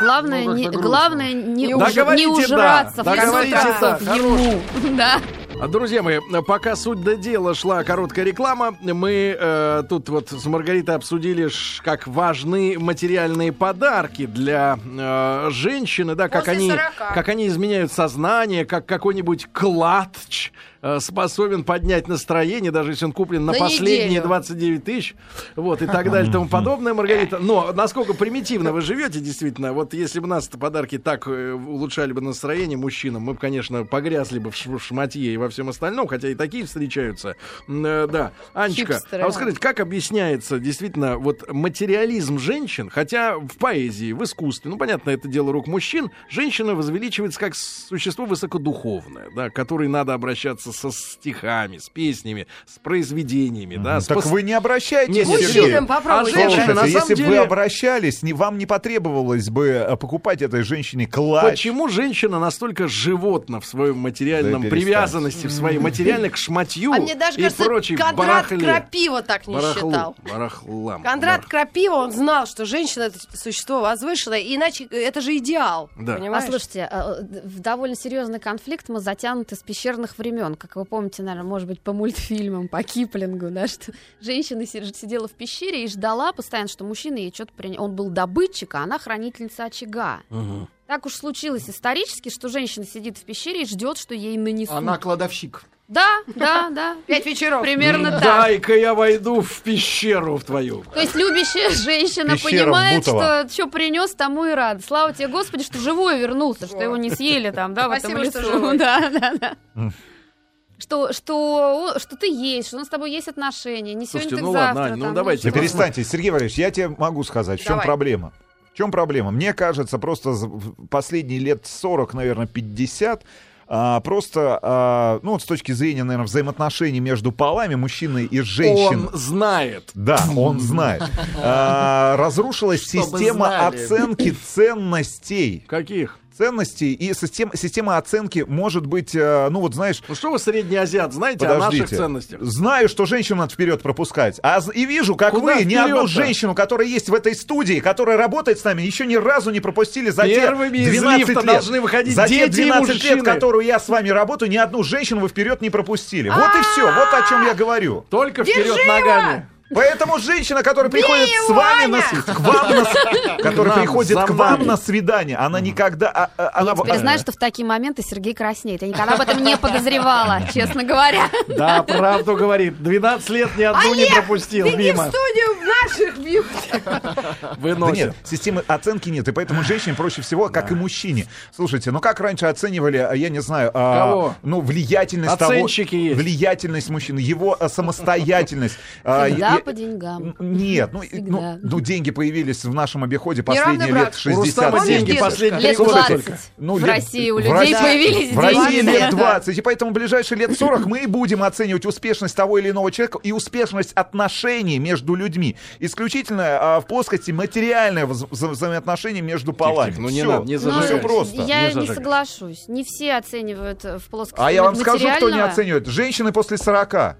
D: Главное,
E: Ну, как-то
D: не,
E: грустно.
D: главное не,
C: Не
D: уж- не
A: говорите «да»,
D: ужраться в
A: да
D: конце
A: говорите
D: концов
A: «да»,
D: ему. Да.
A: А, Друзья мои, пока суть до дела шла короткая реклама, мы э, тут вот с Маргаритой обсудили, ш- как важны материальные подарки для э, женщины, да, как
C: После
A: они,
C: 40.
A: как они изменяют сознание, как какой-нибудь клатч э, способен поднять настроение, даже если он куплен на,
C: На
A: последние
C: неделю.
A: 29 тысяч, вот, и так далее, и тому подобное, Маргарита. Но насколько примитивно вы живете, действительно, вот если бы нас подарки так э, улучшали бы настроение мужчинам, мы бы, конечно, погрязли бы в, ш- в шматье и во всем остальном, хотя и такие встречаются. М, э, да, Анечка,
C: Хипстеры.
A: а вот скажите, как объясняется действительно вот материализм женщин, хотя в поэзии, в искусстве, ну, понятно, это дело рук мужчин, женщина возвеличивается как существо высокодуховное, да, к которой надо обращаться со стихами, с песнями, с произведениями, да, с
B: Так
A: пос-
B: вы не обращайтесь.
A: Нет, нет,
B: Сергей.
C: Мужчинам
A: А
C: попробуйте.
A: женщина,
B: Слушайте,
A: на самом
B: если бы вы
A: деле-
B: обращались, не, вам не потребовалось бы э, покупать этой женщине клатч.
A: Почему женщина настолько животна в своем материальном
B: Да перестань.
A: привязанности, в своей материальной к шматью
C: А мне даже
A: и
C: кажется,
A: прочей
C: Кондрат
A: барахле?
C: Крапива так не
A: барахлу,
C: считал.
A: барахлам,
C: Кондрат
A: барах-
C: Крапива, он знал, что женщина это существо возвышенное, иначе это же идеал.
A: Да.
C: Понимаешь?
D: Послушайте, э, д- в довольно серьезный конфликт мы затянуты с пещерных времен. Как вы помните, наверное, может быть, по мультфильмам, по Киплингу, да, что женщина си- сидела в пещере и ждала постоянно, что мужчина ей что-то принес. Он был добытчик, а она хранительница очага.
A: Мгм.
D: Так уж случилось исторически, что женщина сидит в пещере и ждет, что ей нанесут.
E: Она кладовщик.
D: Да, да, да.
C: Пять вечеров.
D: Примерно так.
A: Дай-ка я войду в пещеру в твою.
D: То есть любящая [laughs] женщина
B: Пещера
D: понимает,
B: Бутова.
D: что что принес, тому и рад. Слава тебе, Господи, что живой вернулся, что
C: Вот.
D: его не съели там, да, в этом
C: Спасибо,
D: лесу.
C: что
D: [laughs]
C: живой.
D: Да, да, да.
B: Мгм.
D: Что, что, о- что ты есть, что у нас с тобой есть отношения, не сегодня,
A: Слушайте,
D: так
A: ну ладно,
D: завтра.
A: Ань, ну
D: там,
A: давайте.
B: Да
D: что-то.
B: перестаньте, Сергей Валерьевич, я тебе могу сказать, в чем
C: Давай.
B: проблема. В чем проблема? Мне кажется, просто за- в последние лет 40, наверное, 50 а, просто, а, ну, вот с точки зрения, наверное, взаимоотношений между полами мужчины и женщин.
A: Он знает.
B: Да, он знает. А, разрушилась
E: Чтобы
B: система
E: знали.
B: оценки ценностей.
A: Каких?
B: Ценностей и систем- система оценки может быть, э, ну вот знаешь,
A: Ну что вы, средний азиат, знаете о наших ценностях?
B: Знаю, что женщину надо вперед пропускать. А з- и вижу, как
A: Куда
B: вы ни одну
A: вперед-то?
B: женщину, которая есть в этой студии, которая работает с нами, еще ни разу не пропустили за
A: Первыми
B: те
A: из
B: 12
A: лифта
B: лет.
A: должны выходить
B: за
A: дети
B: те
A: и
B: 12
A: мужчины.
B: лет, которую я с вами работаю, ни одну женщину вы вперед не пропустили. Вот и все. Вот о чем я говорю.
A: Только вперед ногами.
B: Поэтому женщина, которая приходит с вами на свид- к вам на с- которая
A: Нам,
B: приходит
A: за
B: к вам
A: вами.
B: на свидание, она никогда, а- а- она
D: Теперь знаю, что в такие моменты Сергей краснеет. Я никогда об этом
B: [laughs]
D: не подозревала, честно говоря.
A: Да, правду говорит. 12 лет ни одну не пропустил
C: Ты не в
A: мимо.
C: студию наших бьют.
B: Да
A: Выносит.
B: нет, системы оценки нет, и поэтому женщине проще всего, как и мужчине. Слушайте, ну как раньше оценивали, а, я не знаю, а,
A: Кого?
B: ну влиятельность того-
A: Оценщики есть.
B: влиятельность мужчины, его
A: [laughs]
B: а, самостоятельность. А,
D: Всегда
B: я-
D: по деньгам.
B: Н- Нет, ну, и-
D: Всегда.
B: ну, ну, деньги появились в нашем обиходе
A: А
C: Неравный
B: последние
C: брак.
B: лет
A: У Рустама
B: 60.
C: Помнишь,
A: а деньги
C: дедушка?
A: последние
D: Лет
A: годы
D: 20
A: только.
B: Ну,
D: в
B: лет-
D: России у
B: в
D: людей
B: России-
D: появились
B: В России
D: деньги.
B: лет 20. И поэтому в ближайшие лет 40 мы и будем оценивать успешность того или иного человека и успешность отношений между людьми. Исключительно а, в плоскости материальное вз- вза- взаимоотношение между полами.
A: Тих-тих, ну не
B: Всё.
A: надо, не
B: Всё
A: зажигай.
D: Ну,
B: просто.
D: Я
A: Не
D: не
A: зажигай.
D: соглашусь. Не все оценивают э, в плоскости
B: А я вам скажу, кто не
D: материального.
B: оценивает. Женщины после 40.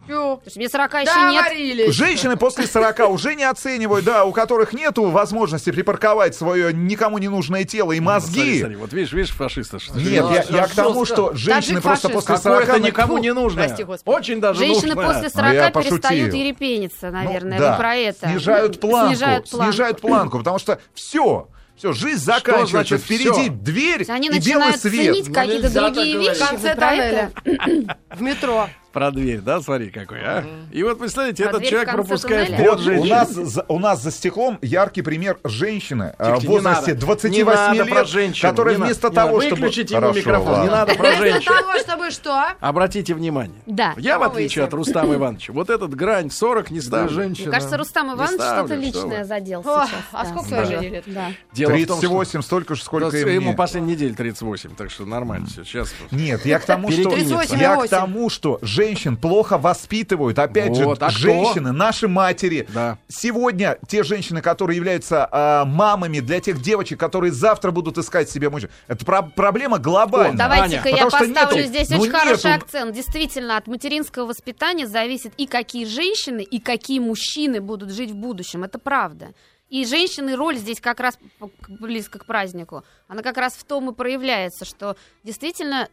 D: Потому что Мне 40 еще нет.
C: Договорились.
B: Женщины после 40 уже не оценивают, да, у которых нету возможности припарковать свое никому не нужное тело и
A: Ну, Смотри,
B: мозги.
A: смотри, Вот видишь, видишь, фашиста. что ли?
B: Нет, я,
E: Да,
B: я к тому, что женщины просто
C: фашист.
B: после 40
A: Какое-то
B: на-
A: никому не нужно.
C: прости, Господи.
A: Очень даже
D: Женщины
A: нужно.
D: после
B: Ну, я
D: 40 перестают
B: пошутил.
D: ерепениться,
B: Ну,
D: наверное.
B: да.
D: Вы про это. Ну,
B: Снижают планку.
D: Снижают планку.
B: потому что все, все, жизнь заканчивается.
A: значит
B: Впереди
A: всё?
B: дверь
D: Они
B: и белый
D: начинают
B: свет.
D: ценить какие-то
E: нельзя так
D: другие
E: говорить.
D: вещи.
C: В конце
D: Вы про это?
C: тоннеля. В метро.
A: Про дверь, да, смотри какой, а? И вот, представляете,
D: Про
A: этот
D: дверь в
A: человек
D: конце
A: пропускает
D: туннеля?
A: вперед
B: Вот у
A: женщин.
B: нас, за, у нас за стеклом яркий пример женщины э,
A: Тихо,
B: в
A: не
B: возрасте
A: надо.
B: 28
A: Не надо
B: лет,
A: про женщин.
B: которая
A: Не на-
B: вместо
A: не
B: того,
A: надо.
B: чтобы...
A: Выключите ему
B: Хорошо,
A: микрофон, не
B: ладно.
D: [laughs]
A: надо про женщин.
C: Того, чтобы что? а?
A: Обратите внимание.
D: Да.
A: Я, в
C: Кого
A: отличие
C: выясним?
A: от Рустама Ивановича, вот этот грань 40 не
E: Да,
A: ставлю.
E: женщина.
D: Мне кажется, Рустам Иванович
A: ставлю,
D: что-то
A: что
D: личное
A: вы.
D: задел
C: О,
D: сейчас.
C: А
D: да.
C: сколько твоей жене лет?
D: Да.
A: Дело в том, что-
B: 38, столько же, сколько
A: Да,
B: и
A: ему
B: мне.
A: последней неделе 38, так что нормально все. Сейчас
B: Нет, я к тому, что...
C: 38 и
B: Я к
C: 8.
B: тому, что женщин плохо воспитывают. Опять
A: Вот,
B: же,
A: а кто?
B: женщины, наши матери.
A: Да.
B: Сегодня те женщины, которые являются а, мамами для тех девочек, которые завтра будут искать себе мужчин. Это про- проблема глобальная.
A: О,
D: Давайте-ка
B: Аня,
D: я
B: потому что
D: поставлю
B: нету-
D: здесь
B: ну,
D: очень
B: нету-
D: хороший акцент. Действительно, от материнского воспитания зависит и какие женщины, и какие мужчины будут жить в будущем. Это правда. И женщины роль здесь как раз к- близко к празднику. Она как раз в том и проявляется, что действительно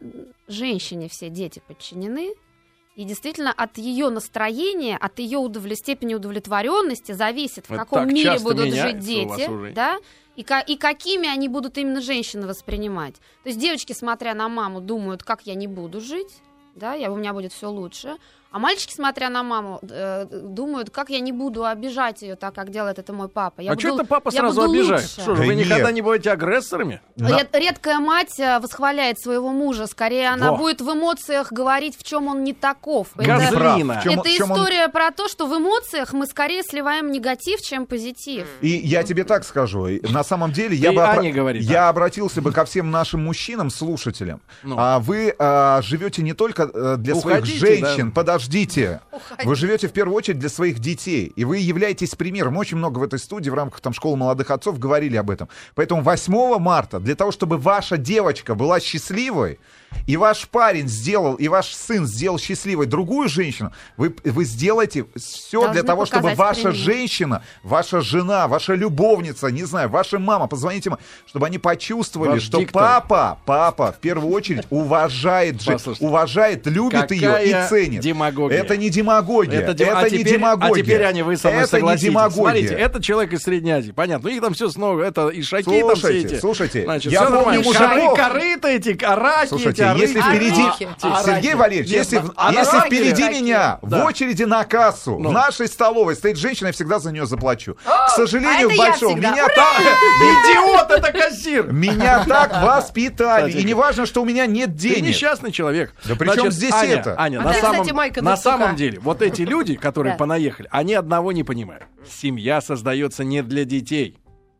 D: женщине все дети подчинены. И действительно от ее настроения, от ее удовле- степени удовлетворенности зависит, в
A: Это
D: каком
A: так
D: мире
A: часто
D: будут жить
A: меняется у вас
D: дети,
A: уже.
D: да, и, ка- и какими они будут именно женщины воспринимать. То есть девочки, смотря на маму, думают, как я не буду жить, да, я, у меня будет все лучше. А мальчики, смотря на маму, э, думают, как я не буду обижать ее так, как делает это мой папа. Я
A: а
D: буду-
A: что это папа
D: я
A: сразу
D: буду
A: обижает?
D: лучше.
A: Что же, вы
B: Да
A: никогда
B: нет.
A: не будете агрессорами?
B: На-
D: Ред- Редкая мать э, восхваляет своего мужа. Скорее, она
A: Во.
D: будет в эмоциях говорить, в чем он не таков. Это-
A: Газлина.
B: Неправ. В чем-
D: это
B: в чем он-
D: история про то, что в эмоциях мы скорее сливаем негатив, чем позитив.
B: И я тебе так скажу, и на самом деле я
A: Ты
B: бы
A: Ане говори,
B: я обратился бы ко всем нашим мужчинам, слушателям.
A: Ну.
B: А вы а, живете не только э, для
A: Уходите,
B: своих женщин,
A: да.
B: подождите. Вы живете в первую очередь для своих детей, и вы являетесь примером. Мы Очень много в этой студии в рамках там школы молодых отцов говорили об этом. Поэтому 8 марта для того, чтобы ваша девочка была счастливой и ваш парень сделал, и ваш сын сделал счастливой другую женщину, вы вы сделаете все для
D: Должны
B: того, чтобы
D: показать
B: ваша
D: пример.
B: женщина женщина, ваша жена, ваша любовница, не знаю, ваша мама, позвоните им, чтобы они почувствовали,
A: Ваш
B: что
A: диктор.
B: папа, папа в первую очередь уважает, же,
A: Послушайте,
B: уважает, любит ее и
A: какая
B: ценит.
A: демагогия.
B: Это не демагогия. Это,
A: де- а
B: не
A: теперь-
B: демагогия.
A: А теперь, Аня, вы со мной
B: это не
A: согласитесь.
B: демагогия.
A: Смотрите, это человек из Средней Азии. Понятно, у них там все снова, это и шаки там все
B: Слушайте,
A: эти.
B: слушайте,
A: Значит,
B: я
A: все
B: помню
A: нормально.
B: мужиков.
A: Шары, корыта эти, араки эти,
B: Слушайте,
A: арыки.
B: если впереди...
C: орехи.
A: А,
B: Сергей
A: орехи.
B: Валерьевич,
A: Нет,
B: если, в-
A: а
B: если
A: орехи?
B: впереди меня
A: Да.
B: в очереди на кассу
A: Ну.
B: в нашей столовой стоит женщина, я всегда за нее заплачу. К сожалению,
C: а это
B: в
C: я
B: большом
C: всегда.
B: меня там...
C: [laughs]
A: Идиот, это кассир.
B: Меня так воспитали.
A: Кстати,
B: И не важно, что у меня нет
A: Ты
B: денег.
A: несчастный человек.
B: Да при чём
A: Значит,
B: здесь
A: Аня,
B: это?
A: Аня,
C: А
A: на,
C: ты,
A: самом,
C: кстати, Майка
A: на
C: Дудука.
A: самом деле, вот эти люди, которые
D: Да.
A: понаехали, они одного не понимают. Семья создается не для детей,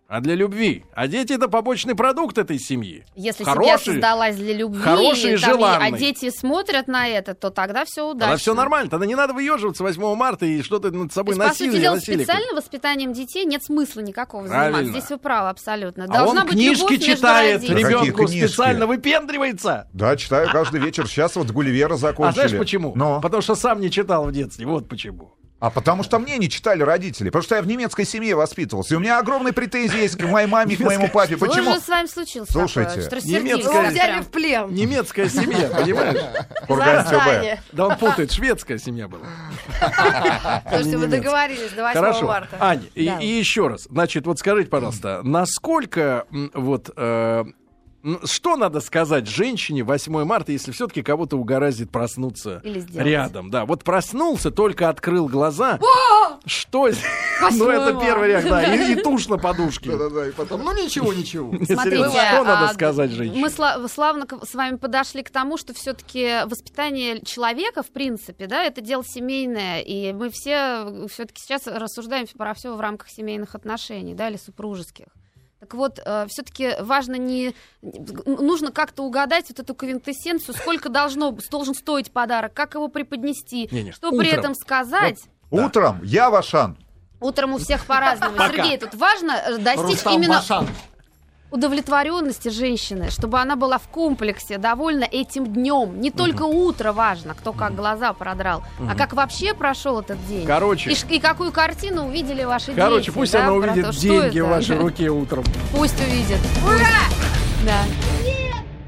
A: а для любви. А дети это побочный продукт этой семьи.
D: Если
A: Хороший-
D: семья создалась для любви,
A: хороший и
D: там, и- а
A: желанный.
D: дети смотрят на это, то тогда все удачно.
A: Тогда все нормально, тогда не надо выеживаться 8 марта и что-то над
D: То
A: собой
D: есть, по сути
A: насилие.
D: дела,
A: насилие какое-то.
D: специально воспитанием детей нет смысла никакого заниматься.
A: Правильно.
D: Здесь вы правы, абсолютно.
A: А он
D: быть любовь
A: книжки
D: между
A: читает,
D: родителями.
B: Какие
A: ребенку
B: книжки?
A: специально выпендривается.
B: Да, читаю каждый вечер. Сейчас вот Гулливера закончили.
A: А знаешь почему?
B: Но.
A: Потому что сам не читал в детстве, вот почему.
B: А потому что мне не читали родители. Потому что я в немецкой семье воспитывался. И у меня огромные претензии есть к моей маме, и к моему папе.
D: Что
B: Почему?
D: же с вами случилось?
B: Слушайте,
D: такое, что
A: немецкая-
D: рассердились
C: Его
A: Скажи,
D: прям?
C: взяли в плен.
A: Немецкая
B: [laughs]
A: семья, понимаешь?
B: Курган ТБ.
C: Заранее.
A: Да он путает, шведская семья была.
C: Слушайте, вы договорились до 8
A: Хорошо.
C: марта.
A: Ань, и,
D: Да.
A: и еще раз. Значит, вот скажите, пожалуйста, насколько м, вот э, м, что надо сказать женщине 8 марта, если все-таки кого-то угораздит проснуться
D: Или сделать.
A: рядом? Да, вот проснулся, только открыл глаза. Что? з- [laughs] Ну, это
D: 8
A: первый реакт, да.
D: [laughs]
A: И, и тушь на подушке.
E: Да-да-да, и потом, ну ничего, ничего.
A: Мне
D: Смотрите,
A: серьезно, что
D: а,
A: надо
D: д-
A: сказать женщине?
D: Мы сла- славно к- с вами подошли к тому, что все-таки воспитание человека, в принципе, да, это дело семейное, и мы все все-таки сейчас рассуждаем про все в рамках семейных отношений, да, или супружеских. Так вот, все-таки важно не... Нужно как-то угадать вот эту квинтэссенцию, сколько должно, должен стоить подарок, как его преподнести,
A: Не-не,
D: что при
A: утром.
D: этом сказать.
B: Утром я Вашан.
D: Утром у всех по-разному.
A: Пока.
D: Сергей, тут важно э, достичь
E: Рустам
D: именно
E: Башан.
D: удовлетворенности женщины, чтобы она была в комплексе, довольна этим днем. Не только утро важно, кто как глаза продрал, а как вообще прошел этот день.
A: Короче.
D: И, ш- и какую картину увидели ваши дети.
A: Короче, пусть
D: да,
A: она
D: про
A: увидит
D: то, что
A: деньги
D: это.
A: в вашей руке утром.
D: Пусть увидит. Ура! Да.